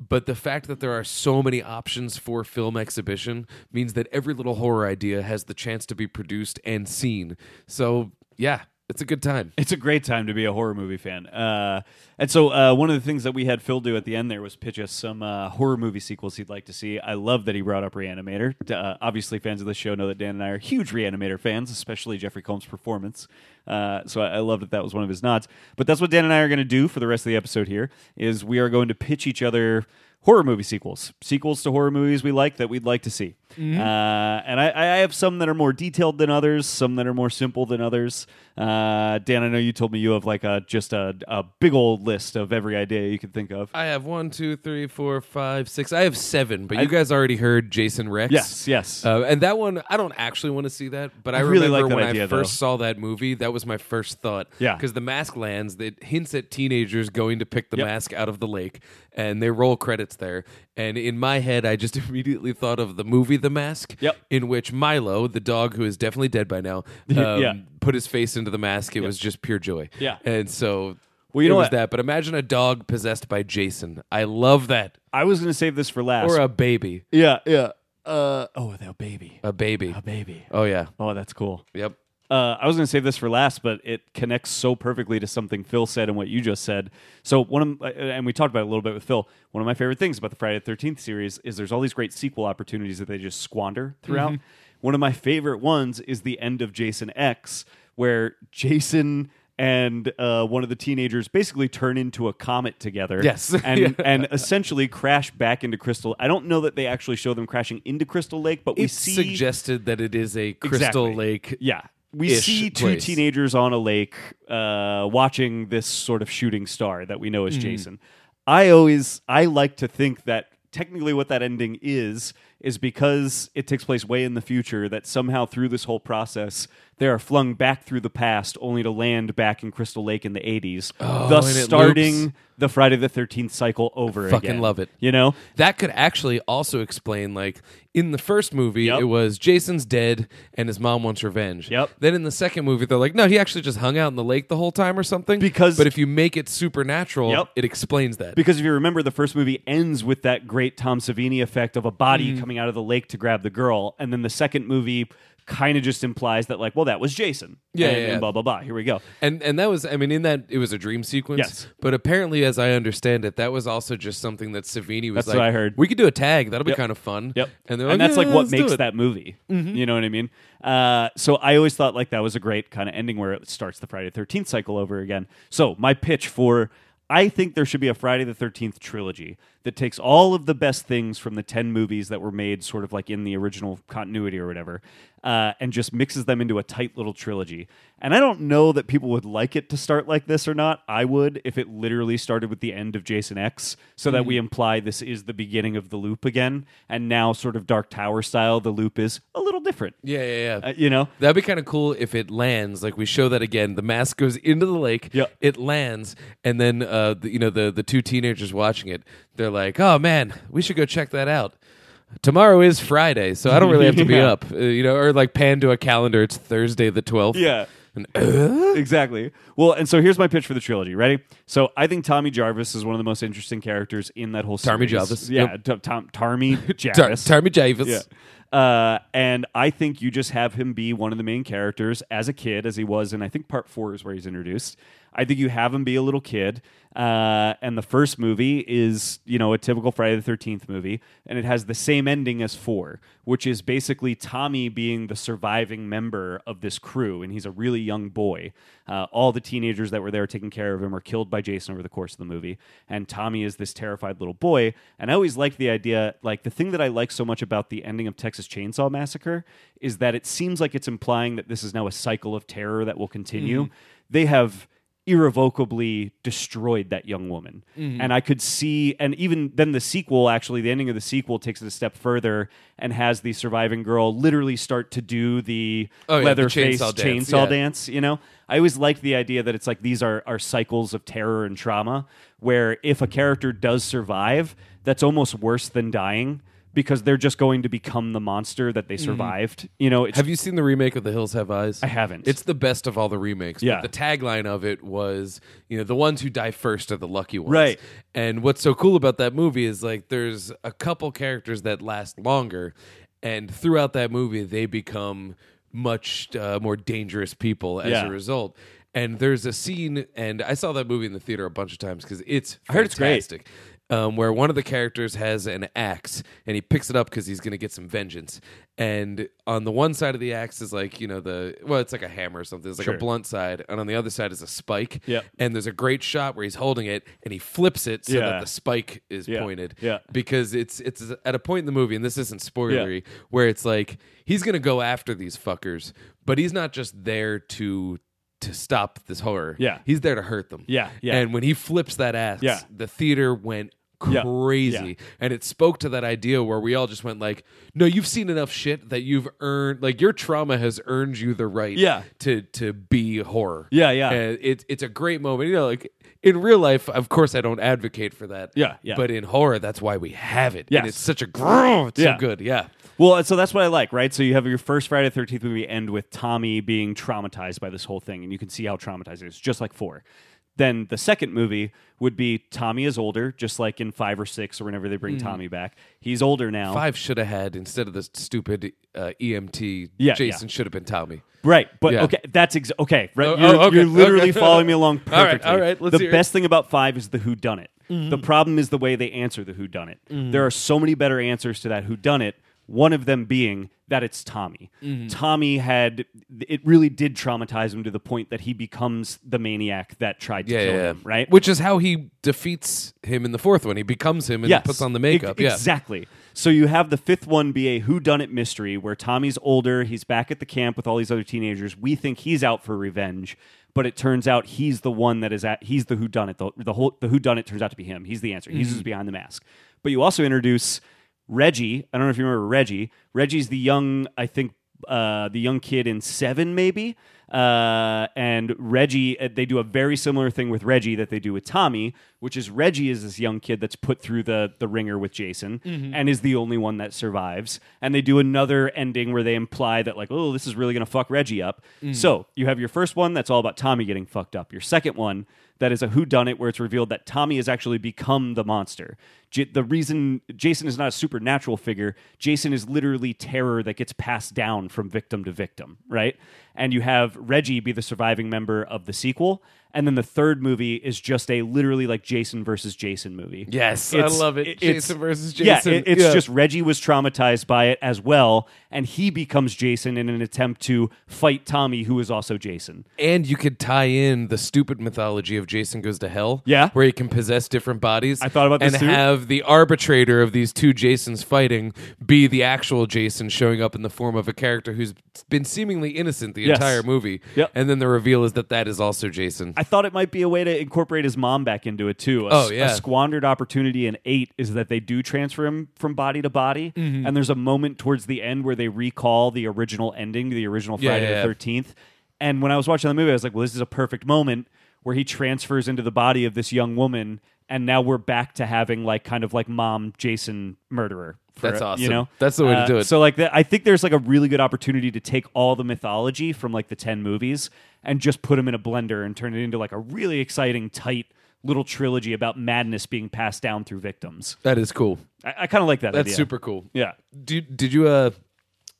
But the fact that there are so many options for film exhibition means that every little horror idea has the chance to be produced and seen. So, yeah, it's a good time. It's a great time to be a horror movie fan. Uh, and so, uh, one of the things that we had Phil do at the end there was pitch us some uh, horror movie sequels he'd like to see. I love that he brought up Reanimator. Uh, obviously, fans of the show know that Dan and I are huge Reanimator fans, especially Jeffrey Combs' performance. Uh, so I, I love that that was one of his nods. But that's what Dan and I are going to do for the rest of the episode here is we are going to pitch each other horror movie sequels, sequels to horror movies we like that we'd like to see. Mm-hmm. Uh, and I, I have some that are more detailed than others, some that are more simple than others. Uh, Dan, I know you told me you have like a just a, a big old list of every idea you could think of. I have one, two, three, four, five, six. I have seven, but you guys already heard Jason Rex. Yes, yes. Uh, and that one, I don't actually want to see that, but I, I really remember like that when idea, I though. first saw that movie, that was my first thought. Yeah. Because the mask lands, it hints at teenagers going to pick the Yep. mask out of the lake, and they roll credits there. And in my head, I just <laughs> immediately thought of the movie The Mask, Yep. in which Milo, the dog who is definitely dead by now, um, <laughs> Yeah. put his face into the mask. It was just pure joy. Yeah. And so. Well, it you know was what? that, but imagine a dog possessed by Jason. I love that. I was going to save this for last. Or a baby. yeah, yeah. Uh, oh, the baby, A baby. a baby. Oh, yeah. Oh, that's cool. Yep. Uh, I was going to save this for last, but it connects so perfectly to something Phil said and what you just said. So one of, uh, and we talked about it a little bit with Phil. One of my favorite things about the Friday the Thirteenth series is there's all these great sequel opportunities that they just squander throughout. Mm-hmm. One of my favorite ones is the end of Jason X, where Jason and uh, one of the teenagers basically turn into a comet together. Yes. <laughs> and Yeah. and essentially crash back into Crystal. I don't know that they actually show them crashing into Crystal Lake, but we It's see suggested that it is a crystal Exactly. lake. Yeah. We ish see two place. teenagers on a lake uh, watching this sort of shooting star that we know is Jason. I always I like to think that technically what that ending is is because it takes place way in the future that somehow through this whole process they are flung back through the past only to land back in Crystal Lake in the 80s, thus Oh, and it starting loops. the Friday the 13th cycle over Fucking again. love it. You know? That could actually also explain, like, in the first movie, Yep. it was Jason's dead and his mom wants revenge. Yep. Then in the second movie, they're like, no, he actually just hung out in the lake the whole time or something. Because- but if you make it supernatural, Yep. it explains that. Because if you remember, the first movie ends with that great Tom Savini effect of a body Mm. coming out of the lake to grab the girl, and then the second movie kind of just implies that, like, well, that was Jason. Yeah, and, yeah, and yeah. blah blah blah. Here we go. and and that was, I mean, in that it was a dream sequence. Yes. But apparently, as I understand it, that was also just something that Savini was That's like, what I heard. We could do a tag. That'll be Yep. kind of fun. Yep. And, they're like, that's like "Yeah, what let's do makes it." Mm-hmm. that movie. You know what I mean? Uh, so I always thought like that was a great kind of ending where it starts the Friday the 13th cycle over again. So my pitch for I think there should be a Friday the 13th trilogy that takes all of the best things from the 10 movies that were made sort of like in the original continuity or whatever uh, and just mixes them into a tight little trilogy. And I don't know that people would like it to start like this or not. I would if it literally started with the end of Jason X, so that Mm. we imply this is the beginning of the loop again. And now, sort of Dark Tower style, the loop is a little different. Yeah, yeah, yeah. Uh, you know? That'd be kind of cool if it lands. Like we show that again. The mask goes into the lake. Yeah. It lands, and then uh, the, you know the the two teenagers watching it. They're like, "Oh man, we should go check that out." Tomorrow is Friday, so I don't really have to be <laughs> Yeah. up. Uh, you know, or like pan to a calendar. It's Thursday the twelfth. Yeah. And, uh, Exactly. Well, and so here's my pitch for the trilogy. Ready? So I think Tommy Jarvis is one of the most interesting characters in that whole Tommy series. Jarvis. Yeah, Yep. T- Tom, <laughs> Tommy Tar- Jarvis. Tommy Jarvis. Yeah. Uh, and I think you just have him be one of the main characters as a kid, as he was, and I think part four is where he's introduced. I think you have him be a little kid, uh, and the first movie is you know a typical Friday the Thirteenth movie, and it has the same ending as four, which is basically Tommy being the surviving member of this crew, and he's a really young boy. Uh, all the teenagers that were there taking care of him are killed by Jason over the course of the movie, and Tommy is this terrified little boy. And I always liked the idea, like the thing that I like so much about the ending of Texas Chainsaw Massacre is that it seems like it's implying that this is now a cycle of terror that will continue. Mm-hmm. They have irrevocably destroyed that young woman. Mm-hmm. And I could see, and even then the sequel, actually, the ending of the sequel takes it a step further and has the surviving girl literally start to do the Oh, yeah, the leather face chainsaw chainsaw, dance, dance, yeah. you know? I always like the idea that it's like these are, are cycles of terror and trauma where if a character does survive, that's almost worse than dying because they're just going to become the monster that they survived. You know, it's Mm-hmm. Have you seen the remake of The Hills Have Eyes? I haven't. It's the best of all the remakes. but Yeah. the tagline of it was, you know, the ones who die first are the lucky ones. Right. And what's so cool about that movie is like there's a couple characters that last longer, and throughout that movie they become much uh, more dangerous people as Yeah. a result. And there's a scene, and I saw that movie in the theater a bunch of times because it's heard it's great. fantastic fantastic, um, where one of the characters has an axe and he picks it up because he's going to get some vengeance. And on the one side of the axe is like, you know, the, well, it's like a hammer or something. It's like a Sure. blunt side. And on the other side is a spike. Yep. And there's a great shot where he's holding it and he flips it so that Yeah. the spike is Yeah. pointed. Yeah. Because it's, it's at a point in the movie, and this isn't spoilery, where it's like, he's going to go after these fuckers, but he's not just there to. To stop this horror, Yeah. he's there to hurt them, Yeah, yeah. And when he flips that ass, Yeah. the theater went Yeah. crazy Yeah. and it spoke to that idea where we all just went like no you've seen enough shit that you've earned like your trauma has earned you the right Yeah. to to be horror Yeah, yeah. and it, it's a great moment you know like in real life of course i don't advocate for that Yeah, yeah. but in horror that's why we have it Yes. and it's such a grrr, it's so Yeah. good yeah Well, and so that's what I like, right? So you have your first Friday the 13th movie end with Tommy being traumatized by this whole thing, and you can see how traumatizing it is, just like four. Then the second movie would be Tommy is older, just like in five or six or whenever they Mm. bring Tommy back. He's older now. five should have had instead of the stupid uh, emt Yeah, jason should have been tommy Right, but Yeah. okay, that's ex- okay. Right, Oh, you're, oh, okay, you're literally okay. <laughs> following me along All right, perfectly. all right, let's the hear it. Mm-hmm. best thing about five is the who done it. The problem is the way they answer the who done it. There are so many better answers to that who done it. One of them being that it's Tommy. Mm-hmm. Tommy had it really did traumatize him to the point that he becomes the maniac that tried to yeah, kill yeah, him. Right, Which is how he defeats him in the fourth one. He becomes him and yes. puts on the makeup. E- yeah, Exactly. So you have the fifth one be a whodunit mystery where Tommy's older, he's back at the camp with all these other teenagers. We think he's out for revenge, but it turns out he's the one that is at he's the Mm-hmm. whodunit. The, the whole the whodunit turns out to be him. He's the answer. He's just behind the mask. But you also introduce Reggie. I don't know if you remember Reggie. Reggie's the young, I think, uh, the young kid in Seven, maybe. Uh, and Reggie, uh, they do a very similar thing with Reggie that they do with Tommy, which is Reggie is this young kid that's put through the the ringer with Jason and is the only one that survives. And they do another ending where they imply that like, oh, this is really gonna fuck Reggie up. So you have your first one that's all about Tommy getting fucked up. Your second one that is a whodunit where it's revealed that Tommy has actually become the monster. J- the reason Jason is not a supernatural figure, Jason is literally terror that gets passed down from victim to victim, right? And you have Reggie be the surviving member of the sequel. And then the third movie is just a literally like Jason versus Jason movie. Yes, I love it. Jason versus Jason. Yeah, it- it's Yeah. just Reggie was traumatized by it as well, and he becomes Jason in an attempt to fight Tommy, who is also Jason. And you could tie in the stupid mythology of Jason Goes to Hell. Yeah. Where he can possess different bodies. I thought about this And too. have the arbitrator of these two Jasons fighting be the actual Jason showing up in the form of a character who's been seemingly innocent the Yes. entire movie. Yep. And then the reveal is that that is also Jason. I thought it might be a way to incorporate his mom back into it too. A, Oh, yeah. a squandered opportunity in eight is that they do transfer him from body to body, Mm-hmm. and there's a moment towards the end where they recall the original ending, the original Yeah, Friday yeah, yeah. the Thirteenth. And when I was watching the movie, I was like, "Well, this is a perfect moment where he transfers into the body of this young woman, and now we're back to having like kind of like mom Jason murderer." for That's it," awesome. You know, That's the way to Uh, do it. So so like that, I think there's like a really good opportunity to take all the mythology from like the ten movies and just put them in a blender and turn it into like a really exciting, tight little trilogy about madness being passed down through victims. that is cool. I, I kind of like that. That's idea. super cool. Yeah. Did, did you, uh,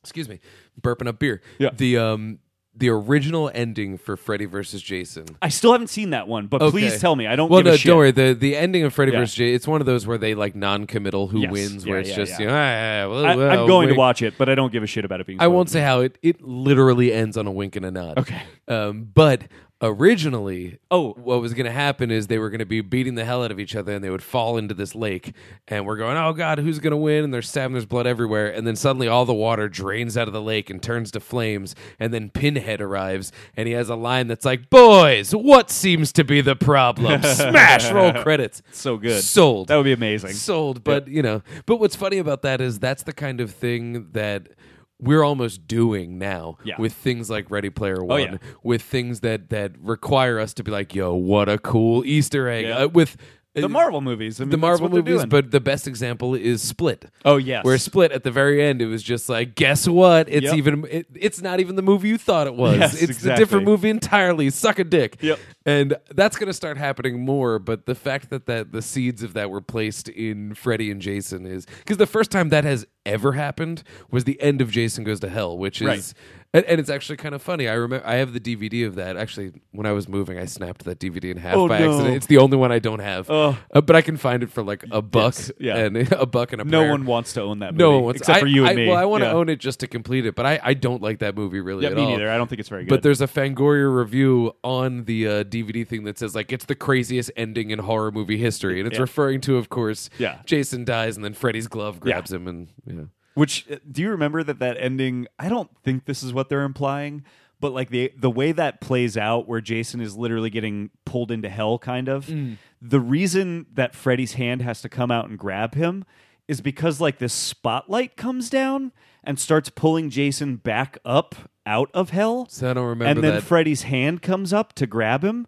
excuse me, burping up beer? Yeah. The, um, the original ending for Freddy versus Jason. I still haven't seen that one, but please Okay. tell me. I don't. Well, give no, a shit. don't worry. The the ending of Freddy Yeah. vs. Jason. It's one of those where they like non-committal who Yes. wins, Yeah, where it's yeah, just yeah. you know, ah, well, I, well, am going wink." to watch it, but I don't give a shit about it being. I won't spoiled. say how it it literally ends on a wink and a nod. Okay. um, but originally, Oh. what was going to happen is they were going to be beating the hell out of each other, and they would fall into this lake, and we're going, oh god, who's going to win? And there's stabbing, there's blood everywhere, and then suddenly all the water drains out of the lake and turns to flames, and then Pinhead arrives, and he has a line that's like, boys, what seems to be the <laughs> problem? Smash roll credits. So good. sold. That would be amazing. Sold, but you know, but what's funny about that is that's the kind of thing that we're almost doing now Yeah. Oh, with things like Ready Player One, yeah. with things that that require us to be like, "Yo, what a cool Easter egg!" Yeah. Uh, with the Marvel movies. I mean, the that's Marvel what they're movies, doing. but the best example is Split. Oh, yes. where Split at the very end, it was just like, guess what? It's Yep. even it, it's not even the movie you thought it was. Yes, it's a exactly. different movie entirely. Suck a dick. Yep. And that's going to start happening more. But the fact that that the seeds of that were placed in Freddy and Jason is because the first time that has ever happened was the end of Jason Goes to Hell, which is. Right. And, and it's actually kind of funny. I remember I have the DVD of that. Actually, when I was moving, I snapped that DVD in half Oh, by no. accident. It's the only one I don't have, Oh. Uh, but I can find it for like a buck Yes, yeah. and <laughs> a buck and a no prayer. one wants to own that. Movie, no one wants except I- for you and I- me. Well, I want to Yeah. own it just to complete it, but I, I don't like that movie really Yeah, at me all. neither. I don't think it's very good. But there's a Fangoria review on the uh, DVD thing that says like it's the craziest ending in horror movie history, and it's Yeah. referring to, of course, Yeah. Jason dies and then Freddy's glove grabs him, and yeah. Which uh, do you remember that that ending? I don't think this is what they're implying, but like the the way that plays out, where Jason is literally getting pulled into hell, kind of. Mm. The reason that Freddy's hand has to come out and grab him is because like this spotlight comes down and starts pulling Jason back up out of hell. So I don't remember And then that. Freddy's hand comes up to grab him.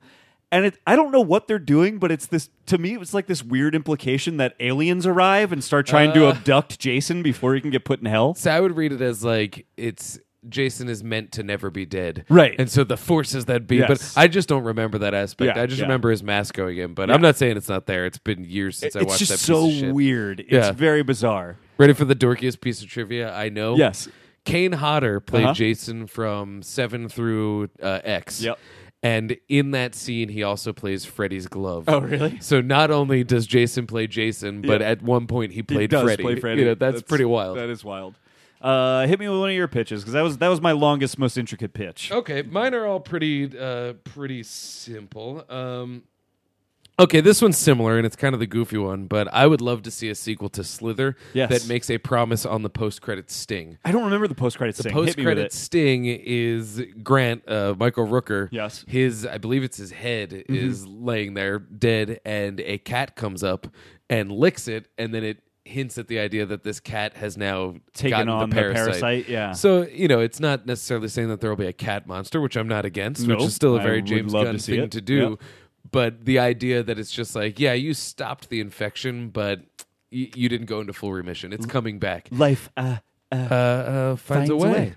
And it, I don't know what they're doing, but it's this to me. It's like this weird implication that aliens arrive and start trying to Uh. abduct Jason before he can get put in hell. So I would read it as like it's Jason is meant to never be dead, Right. And so the forces that be, Yes. but I just don't remember that aspect. Yeah, I just yeah. remember his mask going in, but I'm not saying it's not there. It's been years since I it's watched just that. Piece so of shit. weird. Yeah. It's very bizarre. Ready for the dorkiest piece of trivia I know? Yes. Kane Hodder played Uh-huh. Jason from 7 through uh, X. Yep. And in that scene, he also plays Freddy's glove. Oh, really? So not only does Jason play Jason, but at one point he played he does Freddy. play Freddy. You know, that's, pretty wild. That is wild. Uh, hit me with one of your pitches because that was that was my longest, most intricate pitch. Okay, mine are all pretty uh pretty simple. Um Okay, this one's similar and it's kind of the goofy one, but I would love to see a sequel to Slither Yes. that makes a promise on the post-credits sting. I don't remember the post credits. The Post credit sting is Grant uh, Michael Rooker. Yes. Mm-hmm. his I believe it's his head is laying there dead, and a cat comes up and licks it, and then it hints at the idea that this cat has now Taken gotten on the the parasite. parasite, yeah. So you know, it's not necessarily saying that there will be a cat monster, which I'm not against, which Nope. is still a I very would James love Gunn to see thing it. to do. Yep. But the idea that it's just like, yeah, you stopped the infection, but y- you didn't go into full remission. Mm-hmm. It's coming back Life. Uh, uh, uh, uh, finds, Finds a a way. way.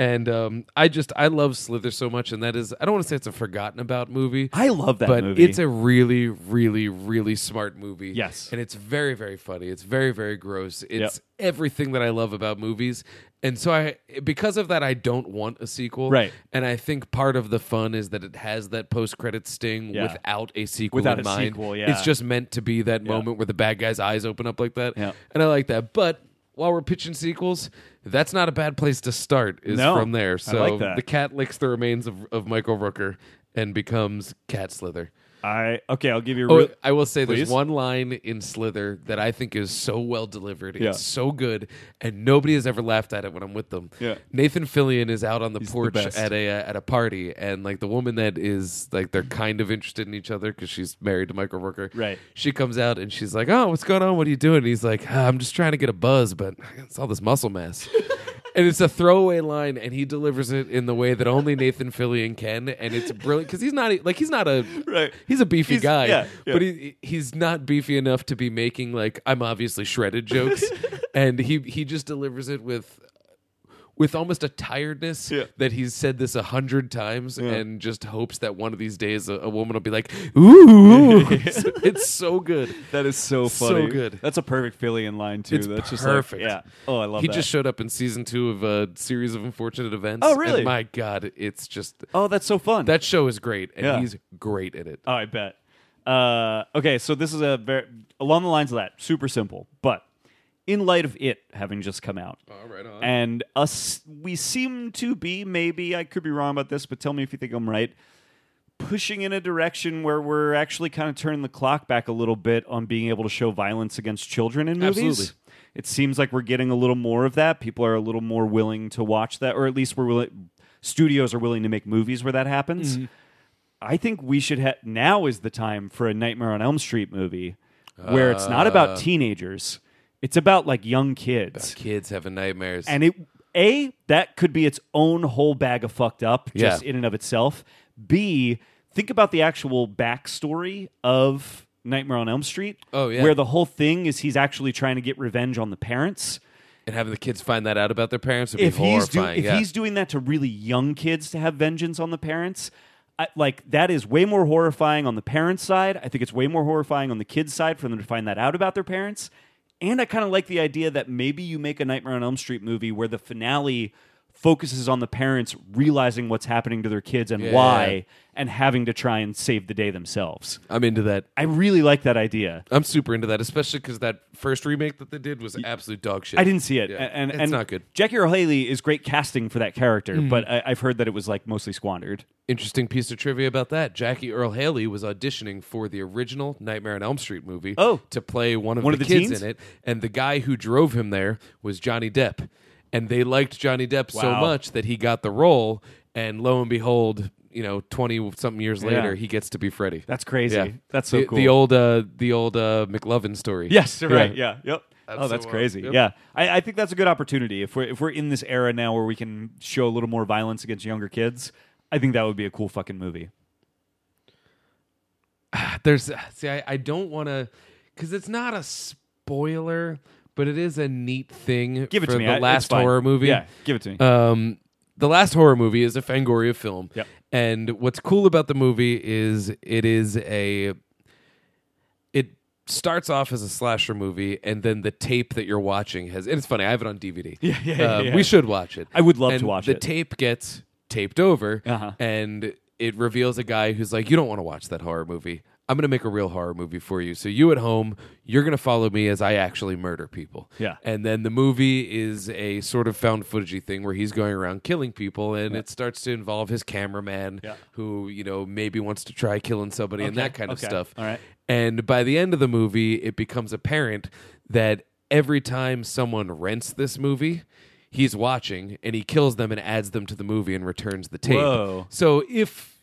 And um, I just I love Slither so much, and that is I don't want to say it's a forgotten about movie. I love that but movie. it's a really, really, really smart movie. Yes. and it's very, very funny. It's very, very gross. It's everything that I love about movies. And so I, because of that, I don't want a sequel. Right. And I think part of the fun is that it has that post-credit sting Yeah. without a sequel in Without a mind. sequel, yeah. It's just meant to be that moment where the bad guy's eyes open up like that. Yeah. And I like that. But while we're pitching sequels, that's not a bad place to start is No, from there. I So like that. the cat licks the remains of, of Michael Rooker and becomes Cat Slither. I okay. I'll give you. A Oh, real- I will say there's Please? one line in Slither that I think is so well delivered. It's Yeah. so good, and nobody has ever laughed at it when I'm with them. Yeah. Nathan Fillion is out on the the porch best. at a uh, at a party, and like the woman that is like they're kind of interested in each other because she's married to Michael Rooker. Right. She comes out and she's like, "Oh, what's going on? What are you doing?" And he's like, "Ah, "I'm just trying to get a buzz, but it's all this muscle <laughs> mass." And it's a throwaway line, and he delivers it in the way that only Nathan Fillion can, and it's brilliant because he's not e, like he's not a Right. he's a beefy He's- guy, yeah, yeah. but he he- he's not beefy enough to be making like I'm obviously shredded <laughs> jokes, and he he just delivers it with with almost a tiredness Yeah. that he's said this a hundred times and just hopes that one of these days a, a woman will be like, <laughs> ooh, <laughs> it's so good. that is so so funny. good. That's a perfect Philly line too. It's That's just perfect. Just like, yeah. Oh, I love he that. just showed up in season two of a series of unfortunate events. Oh, and really? my God, it's just oh, that's so fun. that show is great, and Yeah. he's great in it. Oh, I bet. Uh, okay, so this is a very along the lines of that, super simple, but in light of it having just come out, All right, on. and us, we seem to be maybe I could be wrong about this, but tell me if you think I'm right. Pushing in a direction where we're actually kind of turning the clock back a little bit on being able to show violence against children in movies. Absolutely. It seems like we're getting a little more of that. People are a little more willing to watch that, or at least we're willing. Studios are willing to make movies where that happens. I think we should have now is the time for a Nightmare on Elm Street movie where it's not about teenagers. It's about like young kids. Uh. Kids having nightmares. And it A, that could be its own whole bag of fucked up just Yeah. in and of itself. B, think about the actual backstory of Nightmare on Elm Street. Oh, yeah. Where the whole thing is he's actually trying to get revenge on the parents and having the kids find that out about their parents would be if he's do- horrifying. if yeah. he's doing that to really young kids to have vengeance on the parents, I, like that is way more horrifying on the parents' side. I think it's way more horrifying on the kids' side for them to find that out about their parents. And I kind of like the idea that maybe you make a Nightmare on Elm Street movie where the finale focuses on the parents realizing what's happening to their kids and Yeah. why, and having to try and save the day themselves. I'm into that. I really like that idea. I'm super into that, especially because that first remake that they did was absolute dog shit. I didn't see it, Yeah. and, it's and not good. Jackie O'Haley is great casting for that character, but I, I've heard that it was like mostly squandered. Interesting piece of trivia about that: Jackie Earl Haley was auditioning for the original Nightmare on Elm Street movie. Oh. to play one of One the, of the kids teens? in it, and the guy who drove him there was Johnny Depp, and they liked Johnny Depp so Wow. much that he got the role, and lo and behold. You know, twenty something years later, he gets to be Freddy. That's crazy. Yeah. That's so the, cool. The old, uh, the old uh, McLovin story. yes, Yeah. right. Yeah. Yep. That's oh, so that's wild. crazy. Yep. Yeah, I, I think that's a good opportunity. If we're if we're in this era now where we can show a little more violence against younger kids, I think that would be a cool fucking movie. there's see i, I don't want to because it's not a spoiler but it is a neat thing Give it for to me. the I- it's last fine. horror movie Yeah, give it to me. um, the last horror movie is a Fangoria film. Yep. And what's cool about the movie is it is a it starts off as a slasher movie and then the tape that you're watching has and it's funny, I have it on DVD. Yeah, <laughs> yeah, yeah. Um, We should watch it. I would love to And watch the it. tape gets taped over Uh-huh. and it reveals a guy who's like, You don't want to watch that horror movie. I'm going to make a real horror movie for you. So you at home, you're going to follow me as I actually murder people. Yeah. And then the movie is a sort of found footagey thing where he's going around killing people, and it starts to involve his cameraman, Yeah. who you know maybe wants to try killing somebody and Okay, that kind of okay, stuff. all right. And by the end of the movie, it becomes apparent that every time someone rents this movie. He's watching and he kills them and adds them to the movie and returns the tape. Whoa. So if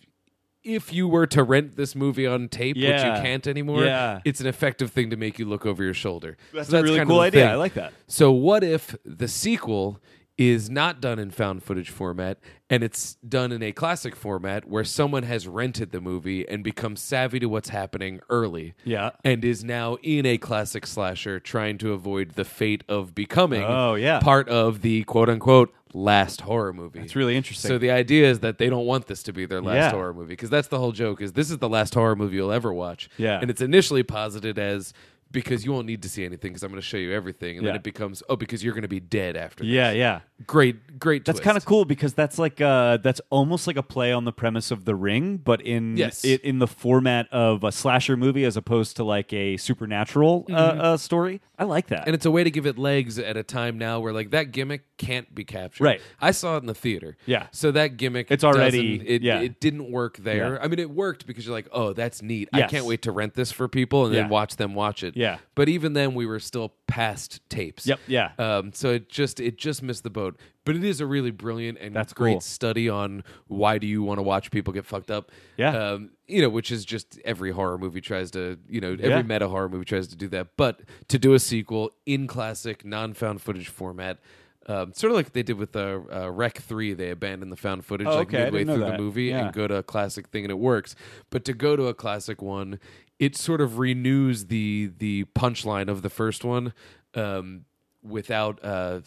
if you were to rent this movie on tape, which Yeah. you can't anymore, Yeah. it's an effective thing to make you look over your shoulder. So That's, a really kind of cool the idea. thing. I like that. So what if the sequel is not done in found footage format and it's done in a classic format where someone has rented the movie and become savvy to what's happening early. Yeah. And is now in a classic slasher trying to avoid the fate of becoming Oh, yeah. part of the quote unquote last horror movie. It's really interesting. So the idea is that they don't want this to be their last Yeah. horror movie because that's the whole joke is this is the last horror movie you'll ever watch. Yeah. And it's initially posited as because you won't need to see anything because I'm going to show you everything and then Yeah. it becomes oh because you're going to be dead after. this. yeah, yeah. Great great That's twist. kind of cool because that's like uh, that's almost like a play on the premise of The Ring, but in Yes. it in the format of a slasher movie as opposed to like a supernatural uh, uh, story. I like that. Mm-hmm. and it's a way to give it legs at a time now where like that gimmick can't be captured. Right. I saw it in the theater. Yeah. So that gimmick It's already- doesn't- it, yeah. it didn't work there. Yeah. I mean it worked because you're like, oh that's neat. I Yes. can't wait to rent this for people and Yeah. then watch them watch it. Yeah. But even then we were still past tapes. Yep, yeah. Um so it just it just missed the boat. But it is a really brilliant and That's great cool. study on why do you want to watch people get fucked up. Yeah. Um, you know, which is just every horror movie tries to, you know, every Yeah. meta horror movie tries to do that, but to do a sequel in classic non found footage format, um, sort of like they did with uh, uh, Rec Three, they abandoned the found footage Oh, like okay, I midway didn't know through the that. movie Yeah. and go to a classic thing and it works. But to go to a classic one, it sort of renews the the punchline of the first one um, without. Uh,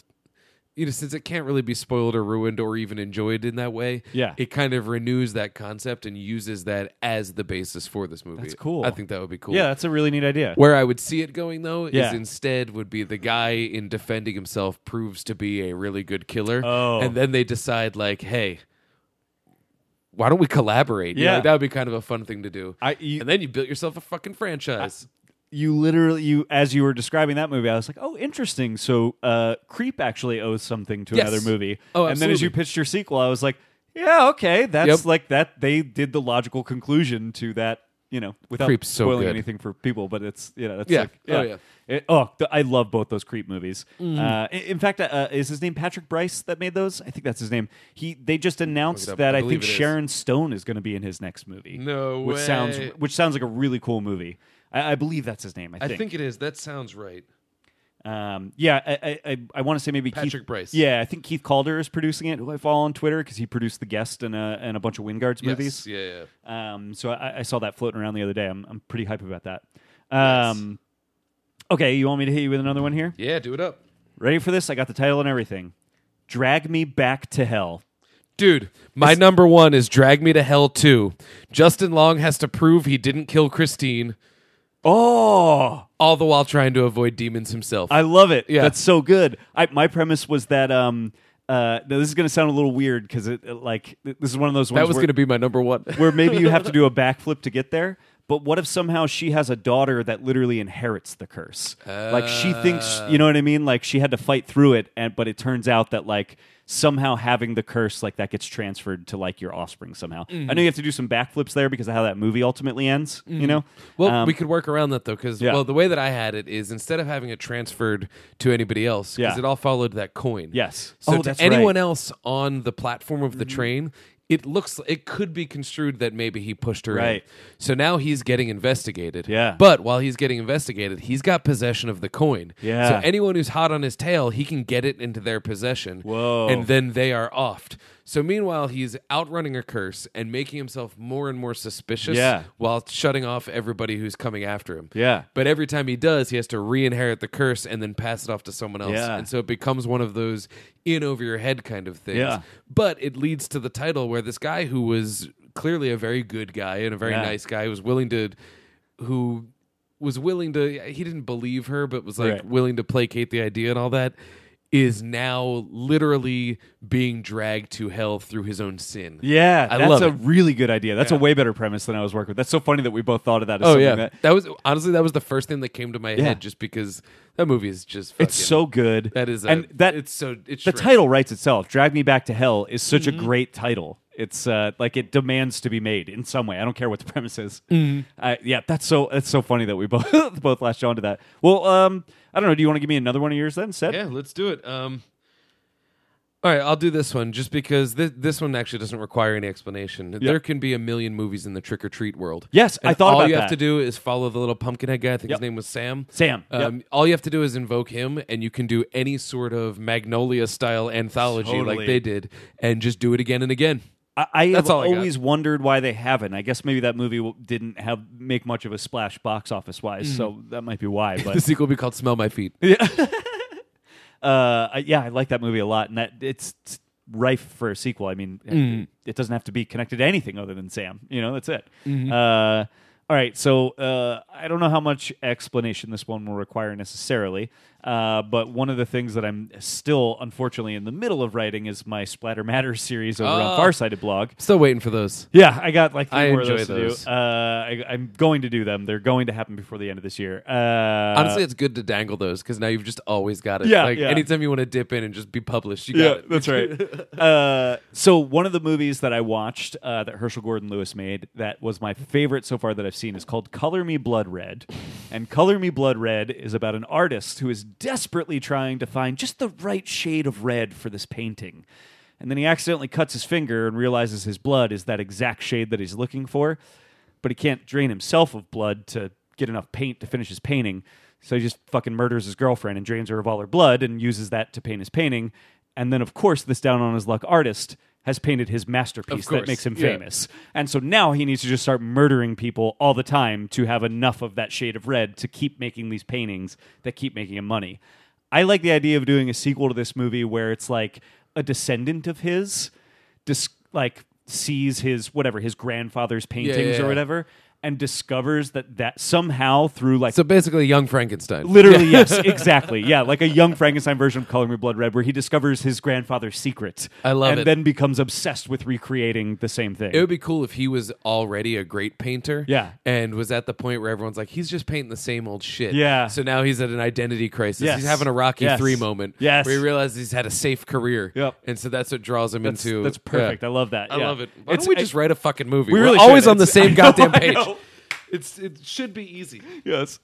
you know, since it can't really be spoiled or ruined or even enjoyed in that way, Yeah. it kind of renews that concept and uses that as the basis for this movie. That's cool. I think that would be cool. yeah, that's a really neat idea. Where I would see it going though Yeah. is instead would be the guy in defending himself proves to be a really good killer, Oh. and then they decide like, hey, why don't we collaborate? You know, Yeah. like, that would be kind of a fun thing to do. I- you- and then you built yourself a fucking franchise. you literally you as you were describing that movie, I was like, oh, interesting. So uh, Creep actually owes something to Yes. another movie. Oh, and then as absolutely. you pitched your sequel, I was like, yeah, okay, that's Yep. like that. They did the logical conclusion to that. You know, without Creep's so spoiling good. anything for people, but it's you know, that's Yeah. like, Oh, yeah. yeah. Mm-hmm. It- oh, th- I love both those Creep movies. Uh, in- in fact, uh, is his name Patrick Bryce that made those? I think that's his name. He they just announced up. that I I, believe think it is. Sharon Stone is going to be in his next movie. No which sounds way. which sounds like a really cool movie. I, I believe that's his name. I I think. think it is. That sounds right. um, yeah, I, I, I, I want to say maybe Patrick Keith, Bryce. Yeah, I think Keith Calder is producing it. Who I follow on Twitter because he produced The Guest and a and a bunch of Wingard's movies. Yes. Yeah, yeah. Um, so I, I saw that floating around the other day. I'm I'm pretty hype about that. Um, Okay, you want me to hit you with another one here? Yeah, do it up. Ready for this? I got the title and everything. Drag me back to hell. Dude, my number one is Drag Me to Hell 2. Justin Long has to prove he didn't kill Christine, Oh, all the while trying to avoid demons himself. I love it. Yeah. That's so good. I, my premise was that. Um, uh, now this is going to sound a little weird because it, it, like th- this is one of those ones that was where, going to be my number <laughs> one. where maybe you have <laughs> to do a backflip to get there. But what if somehow she has a daughter that literally inherits the curse? like she thinks, you know what I mean? Like she had to fight through it, and but it turns out that like somehow having the curse like that gets transferred to like your offspring somehow. I Mm-hmm. know you have to do some backflips there because of how that movie ultimately ends. You know, Well, Um, we could work around that though, because Yeah. well, the way that I had it is instead of having it transferred to anybody else, because Yeah. it all followed that coin. Yes. So Oh, to that's anyone right. Mm. else on the platform of the train, it looks it could be construed that maybe he pushed her in. Right. So now he's getting investigated. Yeah. But while he's getting investigated, he's got possession of the coin. Yeah. So anyone who's hot on his tail, he can get it into their possession. Whoa. And then they are offed. So meanwhile, he's outrunning a curse and making himself more and more suspicious Yeah. while shutting off everybody who's coming after him. Yeah. But every time he does, he has to re-inherit the curse and then pass it off to someone else. Yeah. And so it becomes one of those in over your head kind of things. Yeah. But it leads to the title where this guy who was clearly a very good guy and a very Yeah. nice guy was willing to who was willing to he didn't believe her but was like Right. willing to placate the idea and all that is now literally being dragged to hell through his own sin. Yeah, I that's love a it. really good idea. That's a way better premise than I was working with. That's so funny that we both thought of that. As Oh something yeah, that- that, was honestly that was the first thing that came to my head, just because that movie is just fucking, it's so good. that is a, and that it's so it's the Shrek. title writes itself. Drag Me Back to Hell is such Mm-hmm. a great title. It's uh, like it demands to be made in some way. I don't care what the <laughs> premise is. Mm-hmm. I- yeah, that's so that's so funny that we <laughs> both both latched onto that. Well, um, I don't know. Do you want to give me another one of yours then, Seth? Yeah, let's do it. Um, All right, I'll do this one just because this, this one actually doesn't require any explanation. There can be a million movies in the trick or treat world. Yes, And I thought all about you have that. to do is follow the little pumpkinhead guy. I think Yep. his name was Sam. Sam, yep. Um, All you have to do is invoke him, and you can do any sort of Magnolia style anthology like Totally. they did, and just do it again and <laughs> again. I, I That's have all I got. always wondered why they haven't. I guess maybe that movie w- didn't have make much of a splash box office wise, so Mm-hmm. that might <laughs> be why. The But sequel will be called "Smell My Feet." uh, I- yeah, I like that movie a lot, and that it's it's rife for a sequel. I mean, Mm. it doesn't have to be connected to anything other than Sam. You know, that's it. Mm-hmm. Uh, all right, so uh, I don't know how much explanation this one will require necessarily, uh, but one of the things that I'm still, unfortunately, in the middle of writing is my Splatter Matters <laughs> series over Oh. on Farsighted blog. Still waiting for those. Yeah, I got like three I more of enjoy those, those. to do. Uh, I, I'm going to do them. They're going to happen before the end of this year. Uh, Honestly, it's good to dangle those because now you've just always got it. Yeah, like yeah. anytime you want to dip in and just be published, you yeah, got it. <laughs> that's right. <laughs> uh, so one of the movies that I watched uh, that Herschel Gordon Lewis made that was my favorite so far that I've seen is called Color Me Blood Red, and Color Me Blood Red is about an artist who is desperately trying to find just the right shade of red for this painting. And then he accidentally cuts his finger and realizes his blood is that exact shade that he's looking for, but he can't drain himself of blood to get enough paint to finish his painting. So he just fucking murders his girlfriend and drains her of all her blood and uses that to paint his painting. And then, of course, this down on his luck artist has painted his masterpiece course, that makes him yeah. famous. And so now he needs to just start murdering people all the time to have enough of that shade of red to keep making these paintings that keep making him money. I like the idea of doing a sequel to this movie where it's like a descendant of his, dis- like sees his whatever his grandfather's paintings yeah, yeah. or whatever, and discovers that that somehow through like So basically, young Frankenstein. <laughs> <laughs> Literally, yes, exactly. Yeah, like a young Frankenstein version of Color Me Blood Red, where he discovers his grandfather's secret. I love and it. then becomes obsessed with recreating the same thing. It would be cool if he was already a great painter. Yeah. And was at the point where everyone's like, he's just painting the same old shit. Yeah. So now he's at an identity crisis. Yes. He's having a Rocky Yes. 3 moment. Yes. Where he realizes he's had a safe career. Yep. And so that's what draws him that's, into. that's perfect. I love that. I yeah. love it. Why It's- don't we just I- write a fucking movie? we We're really always should. <laughs> on the It's- I same know, goddamn I page. know. It's It should be easy. Yes.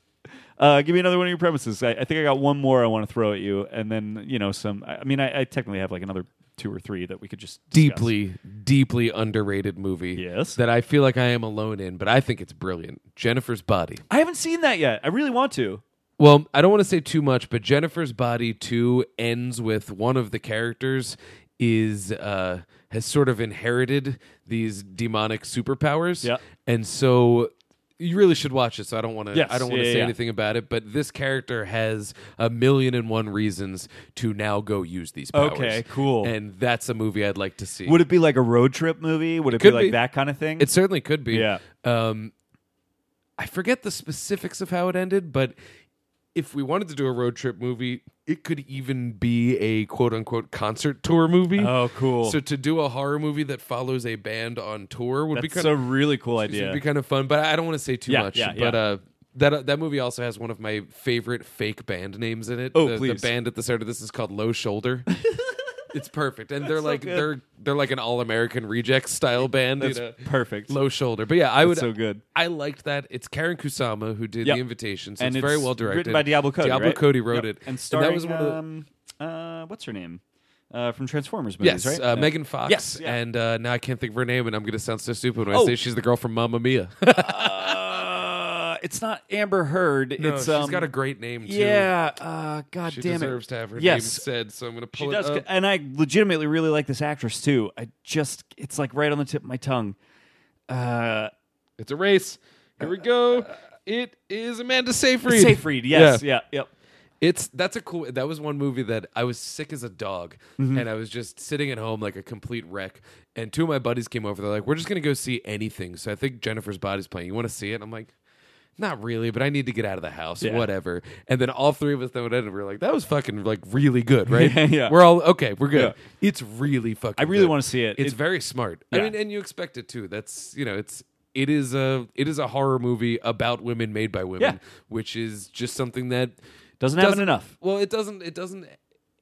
Uh, give me another one of your premises. I, I think I got one more I want to throw at you, and then you know some. I, I mean, I, I technically have like another two or three that we could just discuss. Deeply, deeply underrated movie. Yes. That I feel like I am alone in, but I think it's brilliant. Jennifer's Body. I haven't seen that yet. I really want to. Well, I don't want to say too much, but Jennifer's Body 2 ends with one of the characters is uh has sort of inherited these demonic superpowers. Yeah. And so you really should watch it, so I don't want to Yes. I don't want Yeah, to yeah, say yeah. anything about it, but this character has a million and one reasons to now go use these powers. Okay, cool. And that's a movie I'd like to see. Would it be like a road trip movie? Would it be Could like be. that kind of thing? It certainly could be. Yeah. Um, I forget the specifics of how it ended, but if we wanted to do a road trip movie, it could even be a quote unquote concert tour movie. Oh, cool. So to do a horror movie that follows a band on tour would be that's kind a of really cool would idea. be kind of fun. But I don't want to say too Yeah, much. yeah, but yeah. uh that, that movie also has one of my favorite fake band names in it. Oh, the, the please. band at the start of this is called Low <laughs> Shoulder. it's perfect, and they're like good. they're they're like an all American reject style band. you That's know? perfect. low shoulder. But yeah, I would. so good. I liked that. It's Karen Kusama who did Yep. the invitation, so and it's, very it's well directed. Written by Diablo Cody. Diablo right? Cody wrote Yep. it, and starring that was one of the. um, uh, what's her name uh, from Transformers Yes, movies, right? uh, Megan Fox. Yes, yeah. and uh, now I can't think of her name, and I'm going to sound so stupid when I Oh. say she's the girl from Mamma Mia. Uh, it's not Amber Heard. no, <laughs> it's Oh, she's um, got a great name too. Yeah. Uh, God she damn it. deserves to have her name yes. said. So I'm going to She pull it does, up. and I legitimately really like this actress too. I just, it's like right on the tip of my tongue. Uh, It's a race. Here we go. It is Amanda Seyfried. Seyfried, yes, yeah, yep. It's that's a cool. That was one movie that I was sick as a dog, Mm-hmm. and I was just sitting at home like a complete wreck. And two of my buddies came over. They're like, "We're just gonna go see anything." So I think Jennifer's Body's playing. You want to see it? I'm like, "Not really," but I need to get out of the house. Yeah. Whatever. And then all three of us that ended, we were like, "That was fucking like really <laughs> good, right?" Yeah, yeah. We're all okay. We're good. Yeah. It's really fucking. I really good. wanna see it. It's It- very smart. I Yeah. mean, and you expect it too. That's you know, it's. It is a it is a horror movie about women made by women, Yeah. which is just something that Doesn't happen enough. well, it doesn't. It doesn't.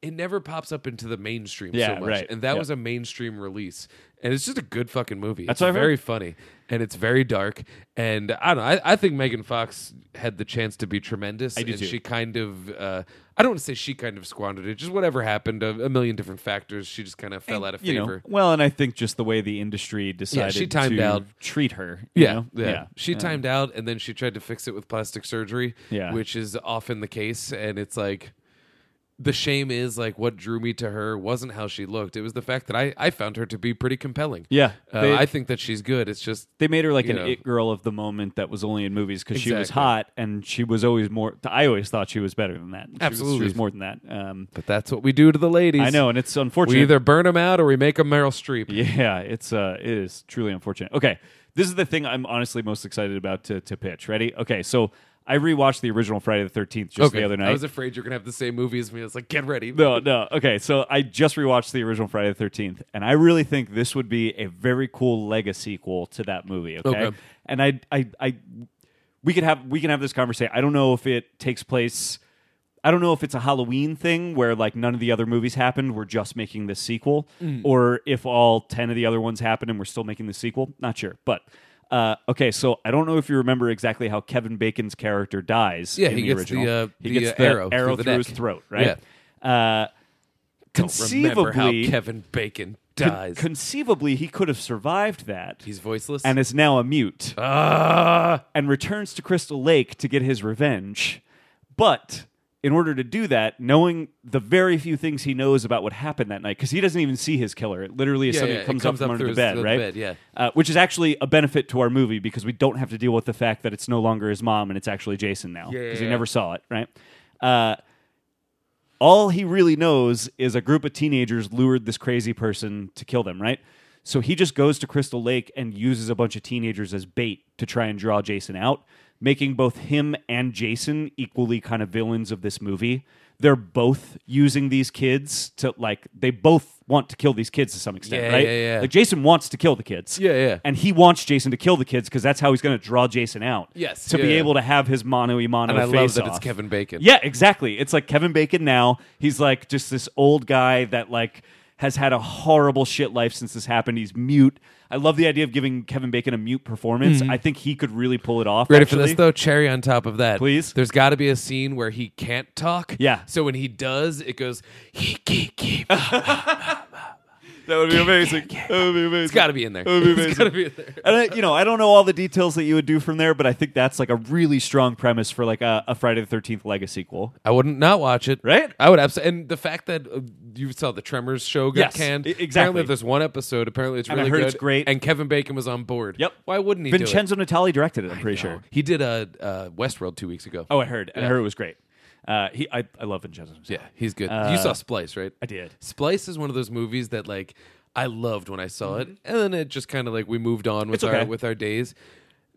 It never pops up into the mainstream so Yeah, much, right. and that Yeah. was a mainstream release. And it's just a good fucking movie. That's it's what I've heard. very funny, and it's very dark. And I don't know. I, I think Megan Fox had the chance to be tremendous, do and too. she kind of. Uh, I don't want to say she kind of squandered it. Just whatever happened, a, a million different factors. She just kind of fell out of you know, favor. well, and I think just the way the industry decided she timed to out. treat her. you Yeah, know? yeah, She timed out, and then she tried to fix it with plastic surgery, Yeah. which is often the case. And it's like the shame is like what drew me to her wasn't how she looked. It was the fact that I I found her to be pretty compelling. Yeah, Uh, they- I think that she's good. It's just They made her like You an know. it girl of the moment that was only in movies because she was Exactly. hot and she was always more. I always thought she was better than that. She was- she Absolutely. was more than that. Um, but that's what we do to the ladies. I know, and it's unfortunate. We either burn them out or we make them Meryl Streep. <laughs> Yeah, it's uh, it is truly unfortunate. Okay, this is the thing I'm honestly most excited about to to pitch. Ready? Okay, so I rewatched the original Friday the Thirteenth just the other night. I was afraid you're gonna have the same movie as me. It's like get ready. no, no. Okay, so I just rewatched the original Friday the Thirteenth, and I really think this would be a very cool Lego sequel to that movie. Okay, Okay. and I, I, I, we could have we can have this conversation. I don't know if it takes place. I don't know if it's a Halloween thing where like none of the other movies happened. We're just making this sequel, Mm. or if all ten of the other ones happened and we're still making the sequel. Not sure, but. Uh, okay, so I don't know if you remember exactly how Kevin Bacon's character dies. Yeah, in he the gets the, original. uh, he the, gets uh, the arrow through arrow the through his neck. throat, right? Uh, Remember how conceivably, Kevin Bacon con- dies. conceivably, he could have survived that He's voiceless. and is now a mute Ah! and returns to Crystal Lake to get his revenge. But in order to do that, knowing the very few things he knows about what happened that night, because he doesn't even see his killer. It literally is Yeah, something yeah, that it comes, comes up from up under through the his- bed, the right? bed, yeah. Uh, which is actually a benefit to our movie because we don't have to deal with the fact that it's no longer his mom and it's actually Jason now Yeah, because yeah, he yeah. never saw it, right? Uh, all he really knows is a group of teenagers lured this crazy person to kill them, right? So he just goes to Crystal Lake and uses a bunch of teenagers as bait to try and draw Jason out, making both him and Jason equally kind of villains of this movie. They're both using these kids to like they both want to kill these kids to some extent, Yeah, right? yeah, yeah. Like Jason wants to kill the kids. Yeah, yeah. And he wants Jason to kill the kids because that's how he's going to draw Jason out. Yes, To be yeah. able to have his mono y mono And I love face that it's off. Kevin Bacon. Yeah, exactly. It's like Kevin Bacon now. He's like just this old guy that like has had a horrible shit life since this happened. He's mute. I love the idea of giving Kevin Bacon a mute performance. I think he could really pull it off. Ready for actually. this though? Cherry on top of that, Please. There's got to be a scene where he can't talk. Yeah. So when he does, it goes. "He- he- <laughs> he." That would be amazing. That would be amazing. It's got to be in there. That would be amazing. It's got to be in there. And I, you know, I don't know all the details that you would do from there, but I think that's like a really strong premise for like a, a Friday the Thirteenth Lego sequel. I wouldn't not watch it. Right? I would absolutely. And the fact that uh, you saw the Tremors show got Yes, canned. e- Apparently, exactly. if there's one episode, apparently it's And I really heard good. it's great. And Kevin Bacon was on board. Yep. Why wouldn't he? do it? Vincenzo Natali directed it. I'm pretty sure. He did a uh, uh, Westworld two weeks ago. Oh, I heard. I heard it was great. Uh, he, I, I love Vincenzo. Natali. yeah, he's good. you saw Splice, right? Uh, I did. Splice is one of those movies that like I loved when I saw it, and then it just kind of like we moved on with Mm-hmm. It's okay. our with our days.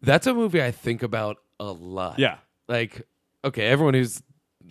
That's a movie I think about a lot. Yeah. like okay, everyone who's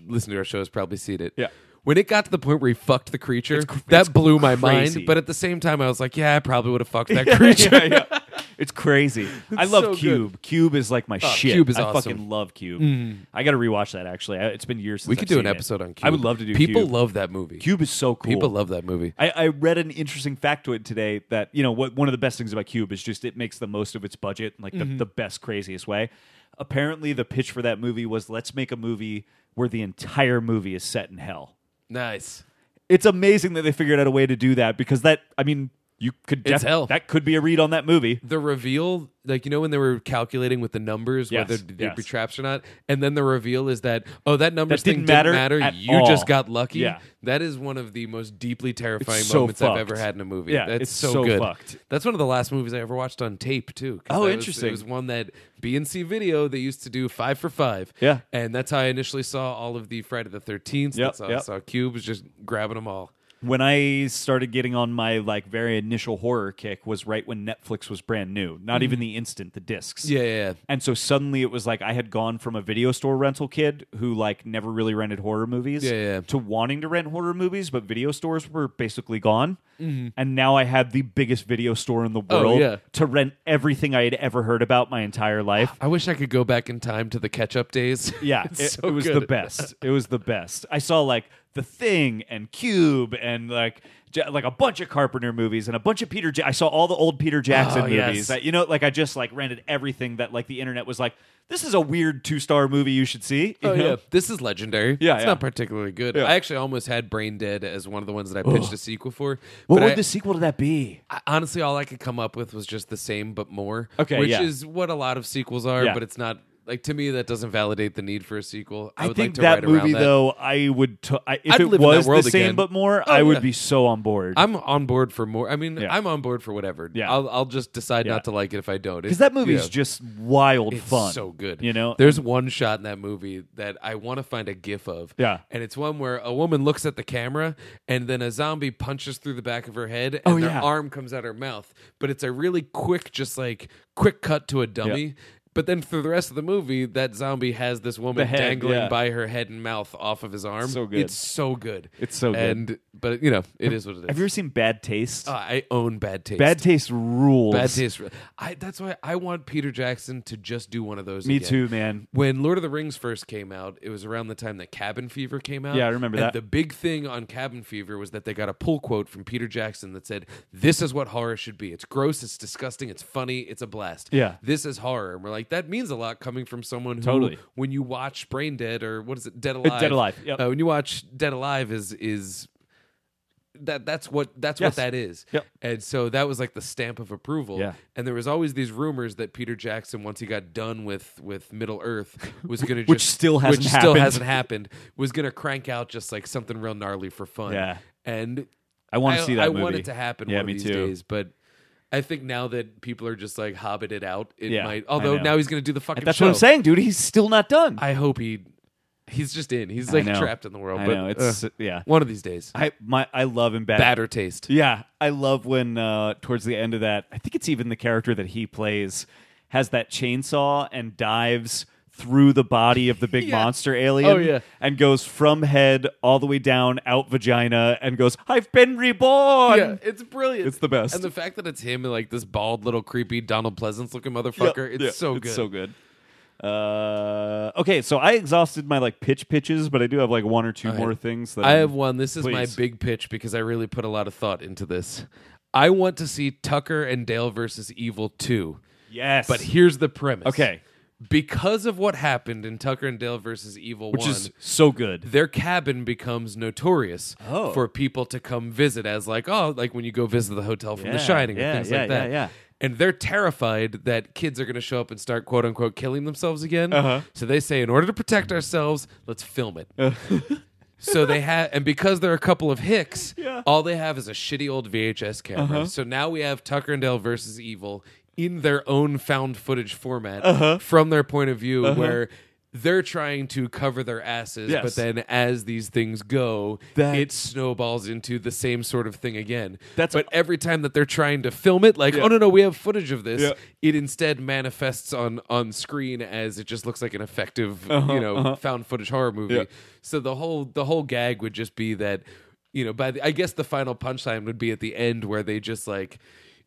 listened to our show has probably seen it. Yeah. When it got to the point where he fucked the creature, cr- it's that blew my crazy. mind. But at the same time, I was like, <laughs> "Yeah, I probably would have fucked that creature." <laughs> yeah, yeah. It's crazy. I love so good. Oh, Cube. Cube is like my shit. Cube is I awesome. Mm-hmm. fucking love Cube. I got to rewatch that actually. I, it's been years since We I've could do an seen it. episode on Cube. I would love to do People Cube. love that movie. Cube is so cool. People love that movie. I, I read an interesting factoid today that you know what one of the best things about Cube is just it makes the most of its budget in like the, Mm-hmm. the best craziest way. Apparently, the pitch for that movie was let's make a movie where the entire movie is set in hell. Nice. It's amazing that they figured out a way to do that because that I mean you could It's def- hell. that could be a read on that movie. the reveal, like you know when they were calculating with the numbers Yes, whether there'd be yes. traps or not, and then the reveal is that oh that numbers That thing didn't matter at you all. just got lucky. Yeah. That is one of the most deeply terrifying so moments I've ever fucked. had in a movie. Yeah, That's it's so, so good. fucked. That's one of the last movies I ever watched on tape too. 'cause Oh, that was- interesting. it was one that BNC Video they used to do five for five. Yeah. and that's how I initially saw all of the Friday the Thirteenth. Yep, that's how yep. I saw Cube was just grabbing them all. when I started getting on my like very initial horror kick was right when Netflix was brand new, not even the instant, the discs. Mm-hmm. Yeah, yeah, yeah. And so suddenly it was like I had gone from a video store rental kid who like never really rented horror movies Yeah, yeah. to wanting to rent horror movies, but video stores were basically gone. And now I had the biggest video store in the Mm-hmm. Oh, world yeah. to rent everything I had ever heard about my entire life. I wish I could go back in time to the catch up days. Yeah, <laughs> it, It's so it was good. the best. It was the best. I saw like The Thing and Cube and like Ja- like a bunch of Carpenter movies and a bunch of Peter. Ja- I saw all the old Peter Jackson Oh, yes. movies. I- you know, like I just like rented everything that like the internet was like, this is a weird two star movie you should see. you Oh, know? yeah. This is legendary. Yeah, It's yeah. not particularly good. Yeah. I actually almost had Brain Dead as one of the ones that I pitched a sequel for. What but would I- the sequel to that be? I- honestly, all I could come up with was just the same but more. Okay, which yeah. is what a lot of sequels are, Yeah. but it's not like to me that doesn't validate the need for a sequel. I, I, would think like to that write movie, around that. though, I would. T- I, if I'd it live in that was the world same again. but more, Oh, I would yeah. be so on board. I'm on board for more. I mean, Yeah. I'm on board for whatever. Yeah. I'll, I'll just decide Yeah. not to like it if I don't. because It- that movie's yeah. just wild It's fun. so good. you know. there's one shot in that movie that I want to find a gif of. Yeah. and it's one where a woman looks at the camera, and then a zombie punches through the back of her head, and Oh, their yeah. arm comes out her mouth. But it's a really quick, just like quick cut to a dummy. But then for the rest of the movie, that zombie has this woman head, dangling yeah. by her head and mouth off of his arm. So good. It's so good. It's so good. And but you know, it is what it is. Have you ever seen Bad Taste? Uh, I own bad taste. Bad Taste rules. Bad taste. I, that's why I want Peter Jackson to just do one of those. Me again. too, man. When Lord of the Rings first came out, it was around the time that Cabin Fever came out. Yeah, I remember and that. The big thing on Cabin Fever was that they got a pull quote from Peter Jackson that said, "This is what horror should be. It's gross. It's disgusting. It's funny. It's a blast. Yeah. this is horror." And we're like, that means a lot coming from someone who, Totally. when you watch Brain Dead or what is it, Dead Alive, Dead Alive, yep. uh, when you watch Dead Alive, is is that that's what that's Yes. what that is. Yep. And so that was like the stamp of approval. Yeah. And there was always these rumors that Peter Jackson, once he got done with with Middle Earth, was going to <laughs> Which still hasn't which still happened. hasn't happened, was going to crank out just like something real gnarly for fun. Yeah. And I want to see that I movie. want it to happen Yeah, one me of these too. days, but. I think now that people are just like hobbited out, it Yeah, might. I Although know. now he's going to do the fucking. That's show. what I'm saying, dude. He's still not done. I hope he, he's just in. He's I like know. trapped in the world. I but know. It's uh, yeah. one of these days. I my I love and bad. Batter taste. Yeah, I love when uh, towards the end of that, I think it's even the character that he plays has that chainsaw and dives through the body of the <laughs> big Yeah. monster alien Oh, yeah. and goes from head all the way down out vagina and goes i've been reborn Yeah, it's brilliant. It's the best. And the fact that it's him and like this bald little creepy Donald Pleasance looking motherfucker, it's Yeah, so good. so good. Uh, okay, so I exhausted my like pitch pitches, but I do have like one or two more things. That I I'm- have one. This is my Please. big pitch because I really put a lot of thought into this. I want to see Tucker and Dale versus Evil 2. Yes, But here's the premise. Okay. Because of what happened in Tucker and Dale versus Evil which 1, is so good. their cabin becomes notorious Oh. for people to come visit as like oh like when you go visit the hotel from Yeah, the shining yeah, and things yeah, like yeah, that yeah. and they're terrified that kids are going to show up and start quote unquote killing themselves again Uh-huh. so they say in order to protect ourselves let's film it so they have, and because they're a couple of hicks, all they have is a shitty old VHS camera. Uh-huh. So now we have Tucker and Dale versus Evil in their own found footage format Uh-huh. from their point of view, where they're trying to cover their asses, Yes. but then as these things go, That- it snowballs into the same sort of thing again. That's- but every time that they're trying to film it, like, oh no, no, we have footage of this. Yeah. It instead manifests on on screen as it just looks like an effective, you know, found footage horror movie. Uh-huh, Yeah. So the whole the whole gag would just be that, you know, by the, I guess the final punchline would be at the end where they just like.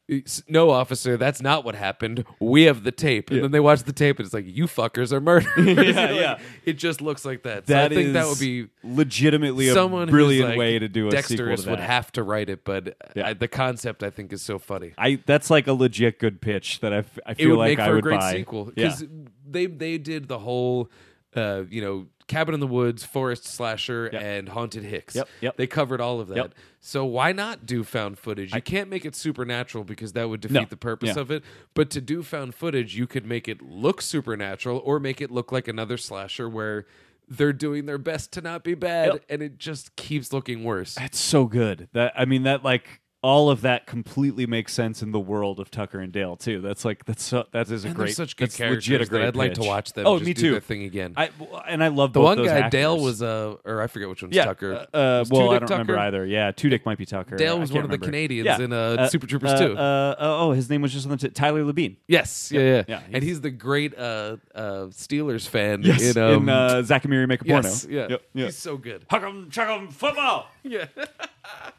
"It's- No, officer, that's not what happened. We have the tape, and then they watch the tape, and it's like you fuckers are murderers. <laughs> Like, <laughs> yeah. It just looks like that. So That I think that is would be legitimately someone a who's, brilliant like, way to do a Dexterous sequel to that. would have to write it, but Yeah. I, the concept I think is so funny. I that's like a legit good pitch that I, f- I it feel would make like I for would a great buy. sequel Yeah. because they they did the whole uh, you know cabin in the woods forest slasher and haunted hicks Yep, yep. they covered all of that Yep. so why not do found footage you can't make it supernatural because that would defeat No, the purpose yeah. of it but to do found footage you could make it look supernatural or make it look like another slasher where they're doing their best to not be bad Yep. and it just keeps looking worse That's so good. That I mean that like all of that completely makes sense in the world of Tucker and Dale too. That's like that's so, that is a and they're great such good that's characters legit a that great I'd like to pitch. watch them Oh, just me do too. their thing again. I and I love the both one those guy actors. Dale was uh or I forget which one's yeah, Tucker. Uh, uh, Was well, Tudick I don't remember Tucker? either. Yeah, Tudyk might be Tucker. Dale I was can't one of the remember. Canadians Yeah. in, uh, Super Troopers uh, 2. Uh, oh, his name was just on the t- Tyler Labine. Yes, yeah, yeah, yeah, and he's the great uh, uh, Steelers fan. Yes, in, um, in uh, Zachary Make a Porno. yes, yeah. Yep, yeah. he's so good. Huck 'em, chuck 'em, football. Yeah, <laughs>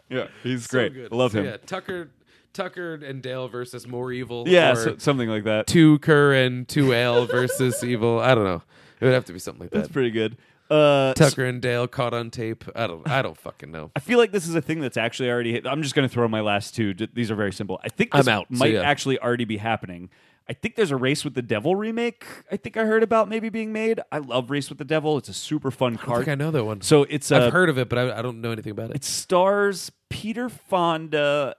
Yeah, he's so great. good. I Love So, him. Yeah, Tucker, Tucker and Dale versus more evil. Yeah, or so- something like <laughs> that. two Kerr and two L versus evil. I don't know. It would have to be something like That's that. pretty good. Uh, Tucker and Dale caught on tape. I don't. I don't fucking know. I feel like this is a thing that's actually already hit. I'm just going to throw my last two. D- These are very simple. I think this I'm out, so might yeah. actually already be happening. I think there's a Race with the Devil remake. I think I heard about maybe being made. I love Race with the Devil. It's a super fun I card. think I know that one. So it's uh, I've heard of it, but I, I don't know anything about it. it stars Peter Fonda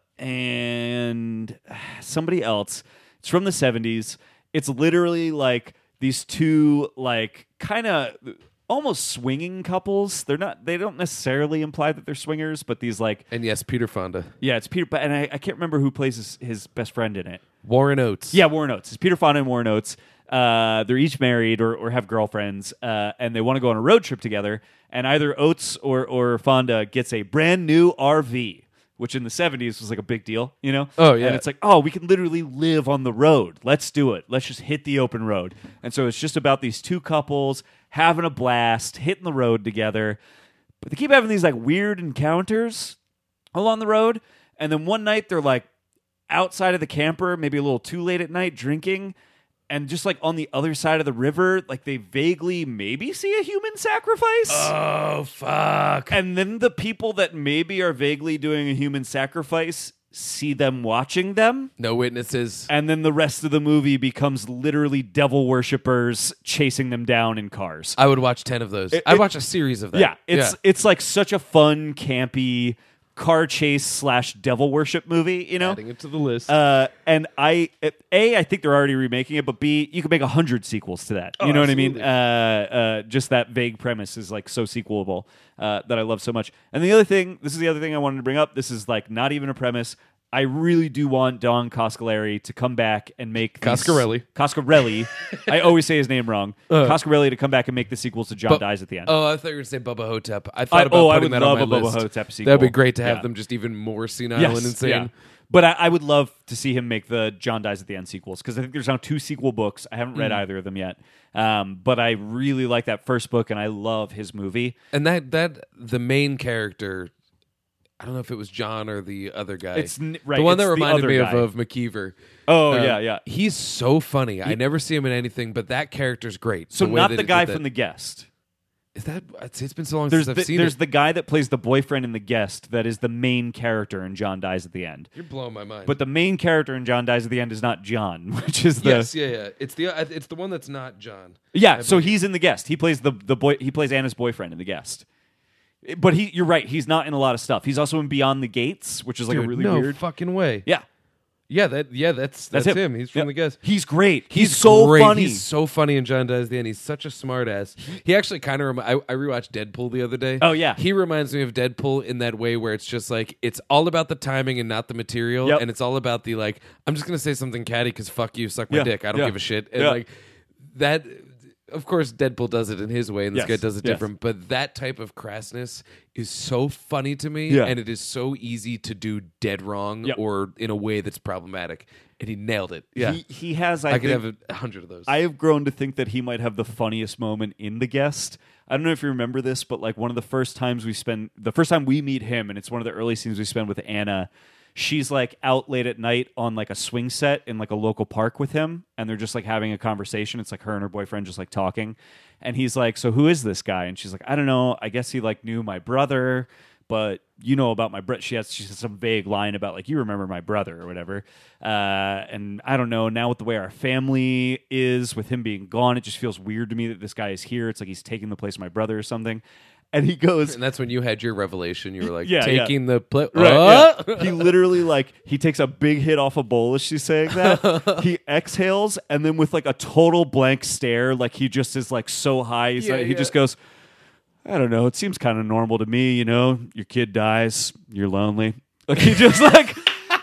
and somebody else. It's from the 70s. It's literally like these two like kind of almost swinging couples. They're not they don't necessarily imply that they're swingers, but these like and yes, Peter Fonda, yeah, it's Peter and I, I can't remember who plays his, his best friend in it. Warren Oates. Yeah, Warren Oates. It's Peter Fonda and Warren Oates. Uh, they're each married or, or have girlfriends, uh, and they want to go on a road trip together. And either Oates or, or Fonda gets a brand new RV, which in the 70s was like a big deal, you know? Oh, yeah. And it's like, oh, we can literally live on the road. Let's do it. Let's just hit the open road. And so it's just about these two couples having a blast, hitting the road together. But they keep having these like weird encounters along the road. And then one night they're like outside of the camper, maybe a little too late at night, drinking. And just like on the other side of the river, like they vaguely maybe see a human sacrifice. Oh fuck. and then the people that maybe are vaguely doing a human sacrifice see them watching them. No witnesses. And then the rest of the movie becomes literally devil worshippers chasing them down in cars. I would watch ten of those. I watch a series of that. Yeah, it's it's like such a fun, campy car chase slash devil worship movie. You know, adding it to the list. uh, and I, a, I think they're already remaking it, but B, you could make a hundred sequels to that. you know what I mean? Uh, uh, just that vague premise is like so sequelable uh, that I love so much. And the other thing, this is the other thing I wanted to bring up. This is like not even a premise. I really do want Don Coscarelli to come back and make these- Coscarelli. Coscarelli. I always say his name wrong. Coscarelli to come back and make the sequels to John Bu- Dies at the end. Oh, I thought you were going to say Bubba Hotep. I I- thought about oh, I putting would that love on my a Bubba list. Hotep sequel. That'd be great to have Yeah. them just even more senile Yes, and insane. yeah. But I, I would love to see him make the John Dies at the End sequels because I think there's now two sequel books. I haven't Mm. read either of them yet, um, but I really like that first book and I love his movie. And that that the main character, I don't know if it was John or the other guy. It's n- right, the one it's that the reminded other me guy. of of McKeever. Um, Oh, yeah, yeah. He's so funny. I never see him in anything, but that character's great. So the way not that the it guy did from that. The Guest. Is that it's, it's been so long There's since the, I've seen there's it. the guy that plays the boyfriend in The Guest that is the main character in John Dies at the End. You're blowing my mind. But the main character in John Dies at the End is not John, <laughs> which is the yes, yeah, yeah. It's the I- it's the one that's not John. Yeah, so he's in the guest. He plays the the boy. He plays Anna's boyfriend in the guest. But he, you're right. He's not in a lot of stuff. He's also in Beyond the Gates, which is like Dude, a really no weird. fucking way. yeah, Yeah, that yeah, that's that's, him. He's from Yeah. the guest. He's great. He's, so great. funny. He's so funny, and John Dies at the end. He's such a smartass. He actually kind of. Rem- I, I rewatched Deadpool the other day. Oh, yeah. he reminds me of Deadpool in that way where it's just like it's all about the timing and not the material, Yep. and it's all about the like. I'm just gonna say something catty because fuck you, suck my Yeah, dick. I don't yeah, give a shit. And yeah. like that. Of course, Deadpool does it in his way, and this Yes, guy does it yes. different. But that type of crassness is so funny to me, Yeah. and it is so easy to do dead wrong Yep. or in a way that's problematic. And he nailed it. Yeah, he, he has. I, I, think, could have a hundred of those. I have grown to think that he might have the funniest moment in The Guest. I don't know if you remember this, but like one of the first times we spend, the first time we meet him, and it's one of the early scenes we spend with Anna. She's like out late at night on like a swing set in like a local park with him, and they're just like having a conversation. It's like her and her boyfriend just like talking, and he's like, "So who is this guy?" And she's like, "I don't know. I guess he like knew my brother." but you know about my brother. She has she has some vague line about like you remember my brother or whatever. Uh, and I don't know now with the way our family is with him being gone, it just feels weird to me that this guy is here. It's like he's taking the place of my brother or something. And he goes, And that's when you had your revelation. You were like Yeah, yeah. taking the Oh, play. Right, yeah. He literally like he takes a big hit off a bowl as she's saying <laughs> that. he exhales and then with like a total blank stare, like he just is like so high. He's Yeah, like, he yeah. just goes, I don't know. It seems kind of normal to me, you know. Your kid dies, you're lonely. Like he just <laughs> like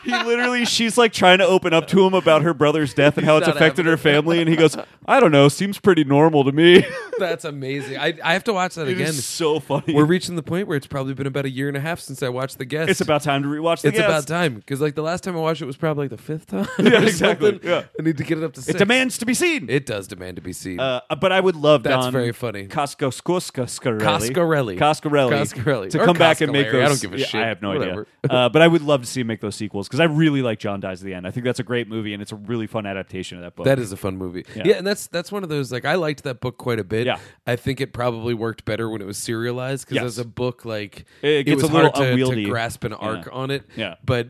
he literally she's like trying to open up to him about her brother's death and how it's not affected having her family, and he goes, I don't know. Seems pretty normal to me. <laughs> <laughs> That's amazing. I, I have to watch that It again. is so funny. We're reaching the point where it's probably been about a year and a half since I watched The Guest. it's about time to rewatch the it's about Guest. time because like the last time I watched it was probably like the fifth time. <laughs> Yeah, or exactly. something. Yeah. I need to get it up to six. It demands to be seen. It does demand to be seen. Uh, but I would love That's Don very funny. Costco Coscarelli. Coscarelli. Coscarelli. Coscarelli. To Or come back and make Coscarelli. those. I don't give a yeah, shit. I have no <laughs> Whatever. idea. Uh, but I would love to see him make those sequels because because I really like John Dies at the End. I think that's a great movie and it's a really fun adaptation of that book. That is a fun movie. Yeah. and that's that's one of those like I liked that book quite a bit. Yeah. I think it probably worked better when it was serialized because Yes. as a book, like It gets was a little hard to- unwieldy. to grasp an arc Yeah. on it. Yeah. but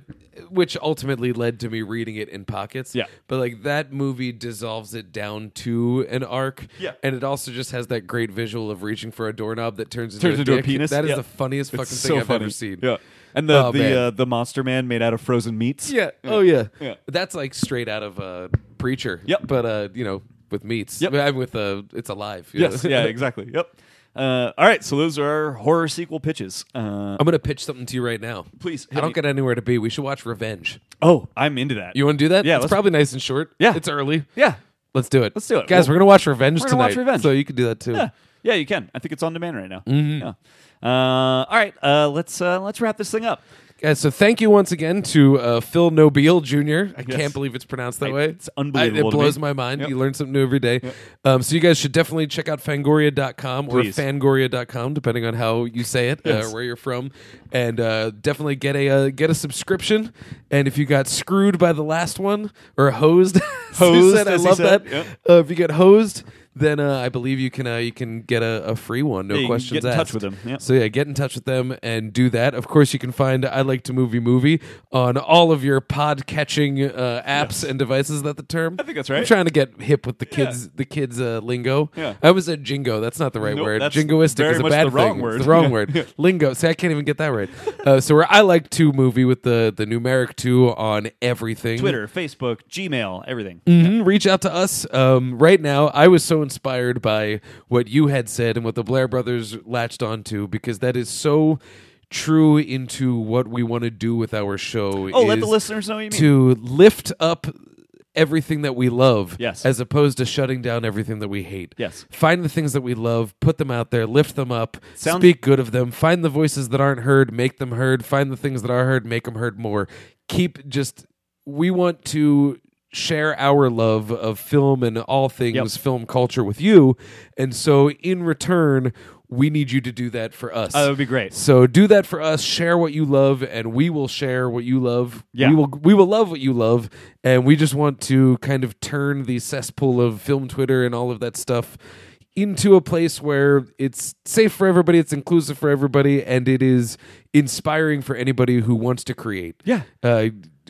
which ultimately led to me reading it in pockets. Yeah. but like that movie dissolves it down to an arc. Yeah. and it also just has that great visual of reaching for a doorknob that turns, turns into a dick. penis. That is Yeah. the funniest It's fucking so thing I've funny. ever seen. Yeah, and the Oh, man. the uh, the Monster Man made out of frozen meats. <laughs> Yeah. Oh yeah. Yeah. That's like straight out of uh, preacher. Yep. But uh, you know, with meats. Yep. I'm with uh, it's alive. you Yes. know? <laughs> Yeah. Exactly. Yep. Uh, all right. So those are our horror sequel pitches. Uh, I'm gonna pitch something to you right now. Please, hit I don't me. get anywhere to be. We should watch Revenge. oh, I'm into that. You want to do that? Yeah, It's let's- probably nice and short. Yeah. It's early. yeah. Let's do it. Let's do it. guys. Well, we're gonna watch Revenge we're gonna tonight. watch Revenge. So you can do that too. Yeah. <laughs> Yeah. You can. I think it's on demand right now. Mm-hmm. Yeah. Uh, all right. Uh, let's uh, let's wrap this thing up. Guys, Uh, so thank you once again to uh, Phil Nobile Jr. I can't believe it's pronounced that I- way. it's unbelievable it to me. blows my mind. Yep. You learn something new every day. Um, so you guys should definitely check out fangoria.com or Please. fangoria.com, depending on how you say it, Yes. uh, where you're from. And uh, definitely get a uh, get a subscription. And if you got screwed by the last one or hosed, <laughs> as you Hosed, said, I as he love said. that. Yep. Uh, if you get hosed, then uh, I believe you can uh, you can get a, a free one, no Yeah, you can questions get in touch asked. with them. Yep. So yeah, get in touch with them and do that. Of course, you can find I Like to Movie Movie on all of your pod catching uh, apps and devices. Is that the term? I think that's right. I'm trying to get hip with the kids, the kids uh, lingo. Yeah. I was at jingo. That's not the right Nope, word. that's Jingoistic very is a much bad the wrong thing. word. It's the wrong <laughs> Yeah. word. lingo. See, I can't even get that right. Uh, so where I Like to Movie with the the numeric two on everything. Twitter, Facebook, Gmail, everything. Mhm. Reach out to us um, right now. I was so inspired by what you had said and what the Blair brothers latched onto because that is so true into what we want to do with our show. Oh, let is the listeners know what you mean. to lift up everything that we love Yes. as opposed to shutting down everything that we hate Yes. find the things that we love put them out there lift them up Sounds- speak good of them find the voices that aren't heard make them heard find the things that are heard make them heard more keep just we want to share our love of film and all things Yep. film culture with you and so in return we need you to do that for us Uh, that would be great. so do that for us. Share what you love, and we will share what you love. Yeah. We will we will love what you love, and we just want to kind of turn the cesspool of film Twitter and all of that stuff into a place where it's safe for everybody, it's inclusive for everybody, and it is inspiring for anybody who wants to create. Yeah. Uh,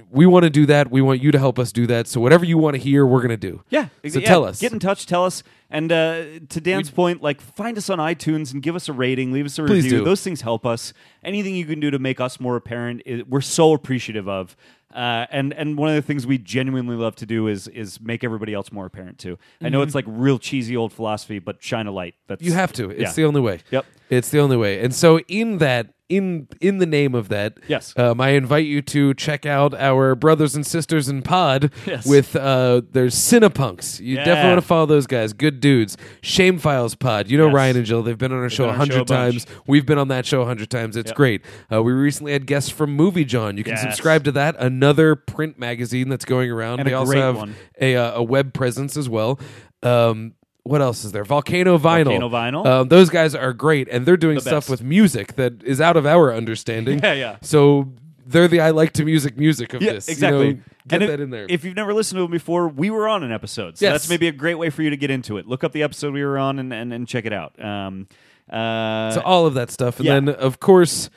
we want to do that. We want you to help us do that. So whatever you want to hear, we're gonna do. Yeah. So yeah, tell us. Get in touch. Tell us. And uh, to Dan's point, like find us on iTunes and give us a rating, leave us a Please review. do. Those things help us. Anything you can do to make us more apparent, i- we're so appreciative of. Uh, and and one of the things we genuinely love to do is is make everybody else more apparent too. I know it's like real cheesy old philosophy, but shine a light. That's Mm-hmm. You have to. It's yeah. the only way. Yep. It's the only way. And so in that in in the name of that, Yes. um, I invite you to check out our brothers and sisters in pod Yes. with uh, there's Cinepunks. You Yeah. definitely want to follow those guys. Good dudes. Shame Files Pod. You know Yes. Ryan and Jill. They've been on our show a been on our show a hundred times. We've been on that show a hundred times. It's Yep. great. Uh, we recently had guests from Movie John. You can Yes. subscribe to that. Another print magazine that's going around. And they a also great have one. a uh, a web presence as well. Um, what else is there? Volcano Vinyl. Volcano Vinyl. Um, those guys are great, and they're doing stuff best. with music that is out of our understanding. <laughs> Yeah, yeah. So they're the I like to music music of this. you Exactly. know? get and if, that in there. If you've never listened to them before, we were on an episode. So Yes. that's maybe a great way for you to get into it. Look up the episode we were on and, and, and check it out. Um, uh, so all of that stuff, and yeah. then of course,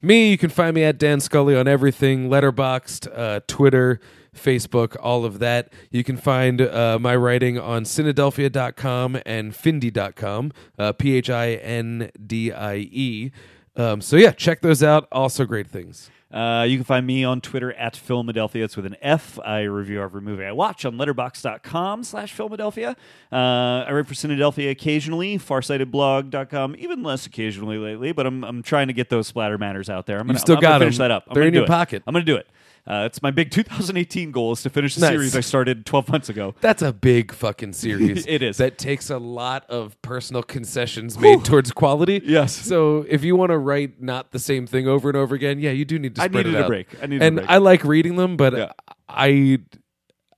me. You can find me at Dan Scully on everything: Letterboxed, uh, Twitter, Facebook, all of that. You can find uh, my writing on Cynadelphia.com and Findy.com. Uh, P H I N D I E. Um, so yeah, check those out. Also great things. Uh, you can find me on Twitter at Philadelphia. It's with an F. I review every movie I watch on letterbox.com slash Philadelphia. Uh, I write for Philadelphia occasionally, farsightedblog.com, even less occasionally lately, but I'm, I'm trying to get those splatter matters out there. I'm gonna, still I'm gonna got 'em. finish that up. I'm They're gonna in do your it. pocket. I'm going to do it. Uh, it's my big <laughs> 2018 goal is to finish the Nice. series I started 12 months ago. That's a big <laughs> fucking series. It is. That takes a lot of personal concessions made towards quality. Yes. So if you want to write not the same thing over and over again, yeah, you do need to I spread needed it a out. break. I needed a and break. I like reading them, but Yeah. I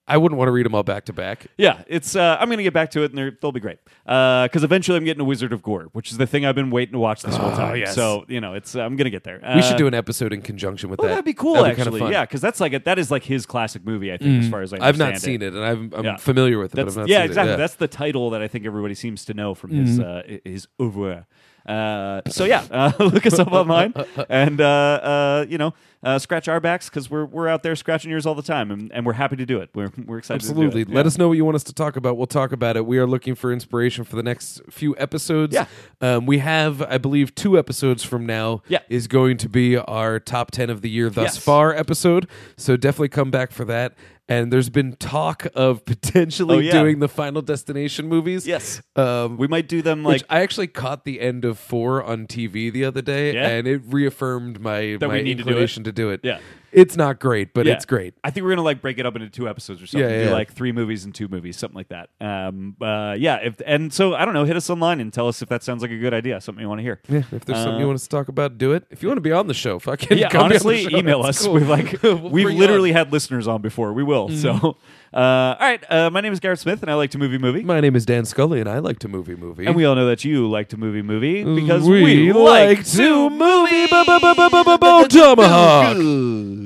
I wouldn't want to read them all back to back. Yeah, it's. Uh, I'm gonna get back to it, and they're- they'll be great. Because eventually, I'm getting a Wizard of Gore, which is the thing I've been waiting to watch this whole time. Ah, yes. So you know, it's. uh, I'm gonna get there. We should do it. an episode in conjunction with Oh, that. that'd be cool, That'd actually. kinda fun. Mm-hmm. Yeah, because that's like a, that is like his classic movie. I think, as far as I I've understand not seen it, and I'm, I'm Yeah. familiar with it. That's, but I've not yeah, seen exactly. It. That's the title that I think everybody seems to know from his uh, Mm-hmm. i- his oeuvre. Uh, so yeah, uh, <laughs> look us up online, and uh, uh, you know, uh, scratch our backs because we're we're out there scratching yours all the time, and, and we're happy to do it. We're we're excited. Absolutely. To do it. Let us know what you want us to talk about. We'll talk about it. We are looking for inspiration for the next few episodes. Yeah. Um, we have, I believe, two episodes from now Yeah. is going to be our top 10 of the year thus Yes. far episode. So definitely come back for that. And there's been talk of <laughs> potentially Oh, yeah. doing the Final Destination movies. Yes. Um, We might do them which like I actually caught the end of four on TV the other day, Yeah? and it reaffirmed my, That we my need to do it? inclination to do it. Yeah. It's not great, but Yeah. it's great. I think we're gonna like break it up into two episodes or something. Yeah, yeah, do yeah. like three movies and two movies, something like that. Um, uh, yeah. If and so I don't know. Hit us online and tell us if that sounds like a good idea. Something you want to hear. Yeah, if there's something you want us to talk about, do it. If you want to be on the show, fucking Uh, Yeah, come be on the honestly, show. email That's us. <laughs> cool. We've like <laughs> We'll we've bring you literally on. Mm-hmm. had listeners on before. We will. So, <laughs> uh, all right. Uh, my name is Garrett Smith, and I like to movie movie. My name is Dan Scully, and I like to movie movie. and we all know that you like to movie movie Uh, because we like to movie bu- bu- bu- bu- bu- bu- tomahawk. movie.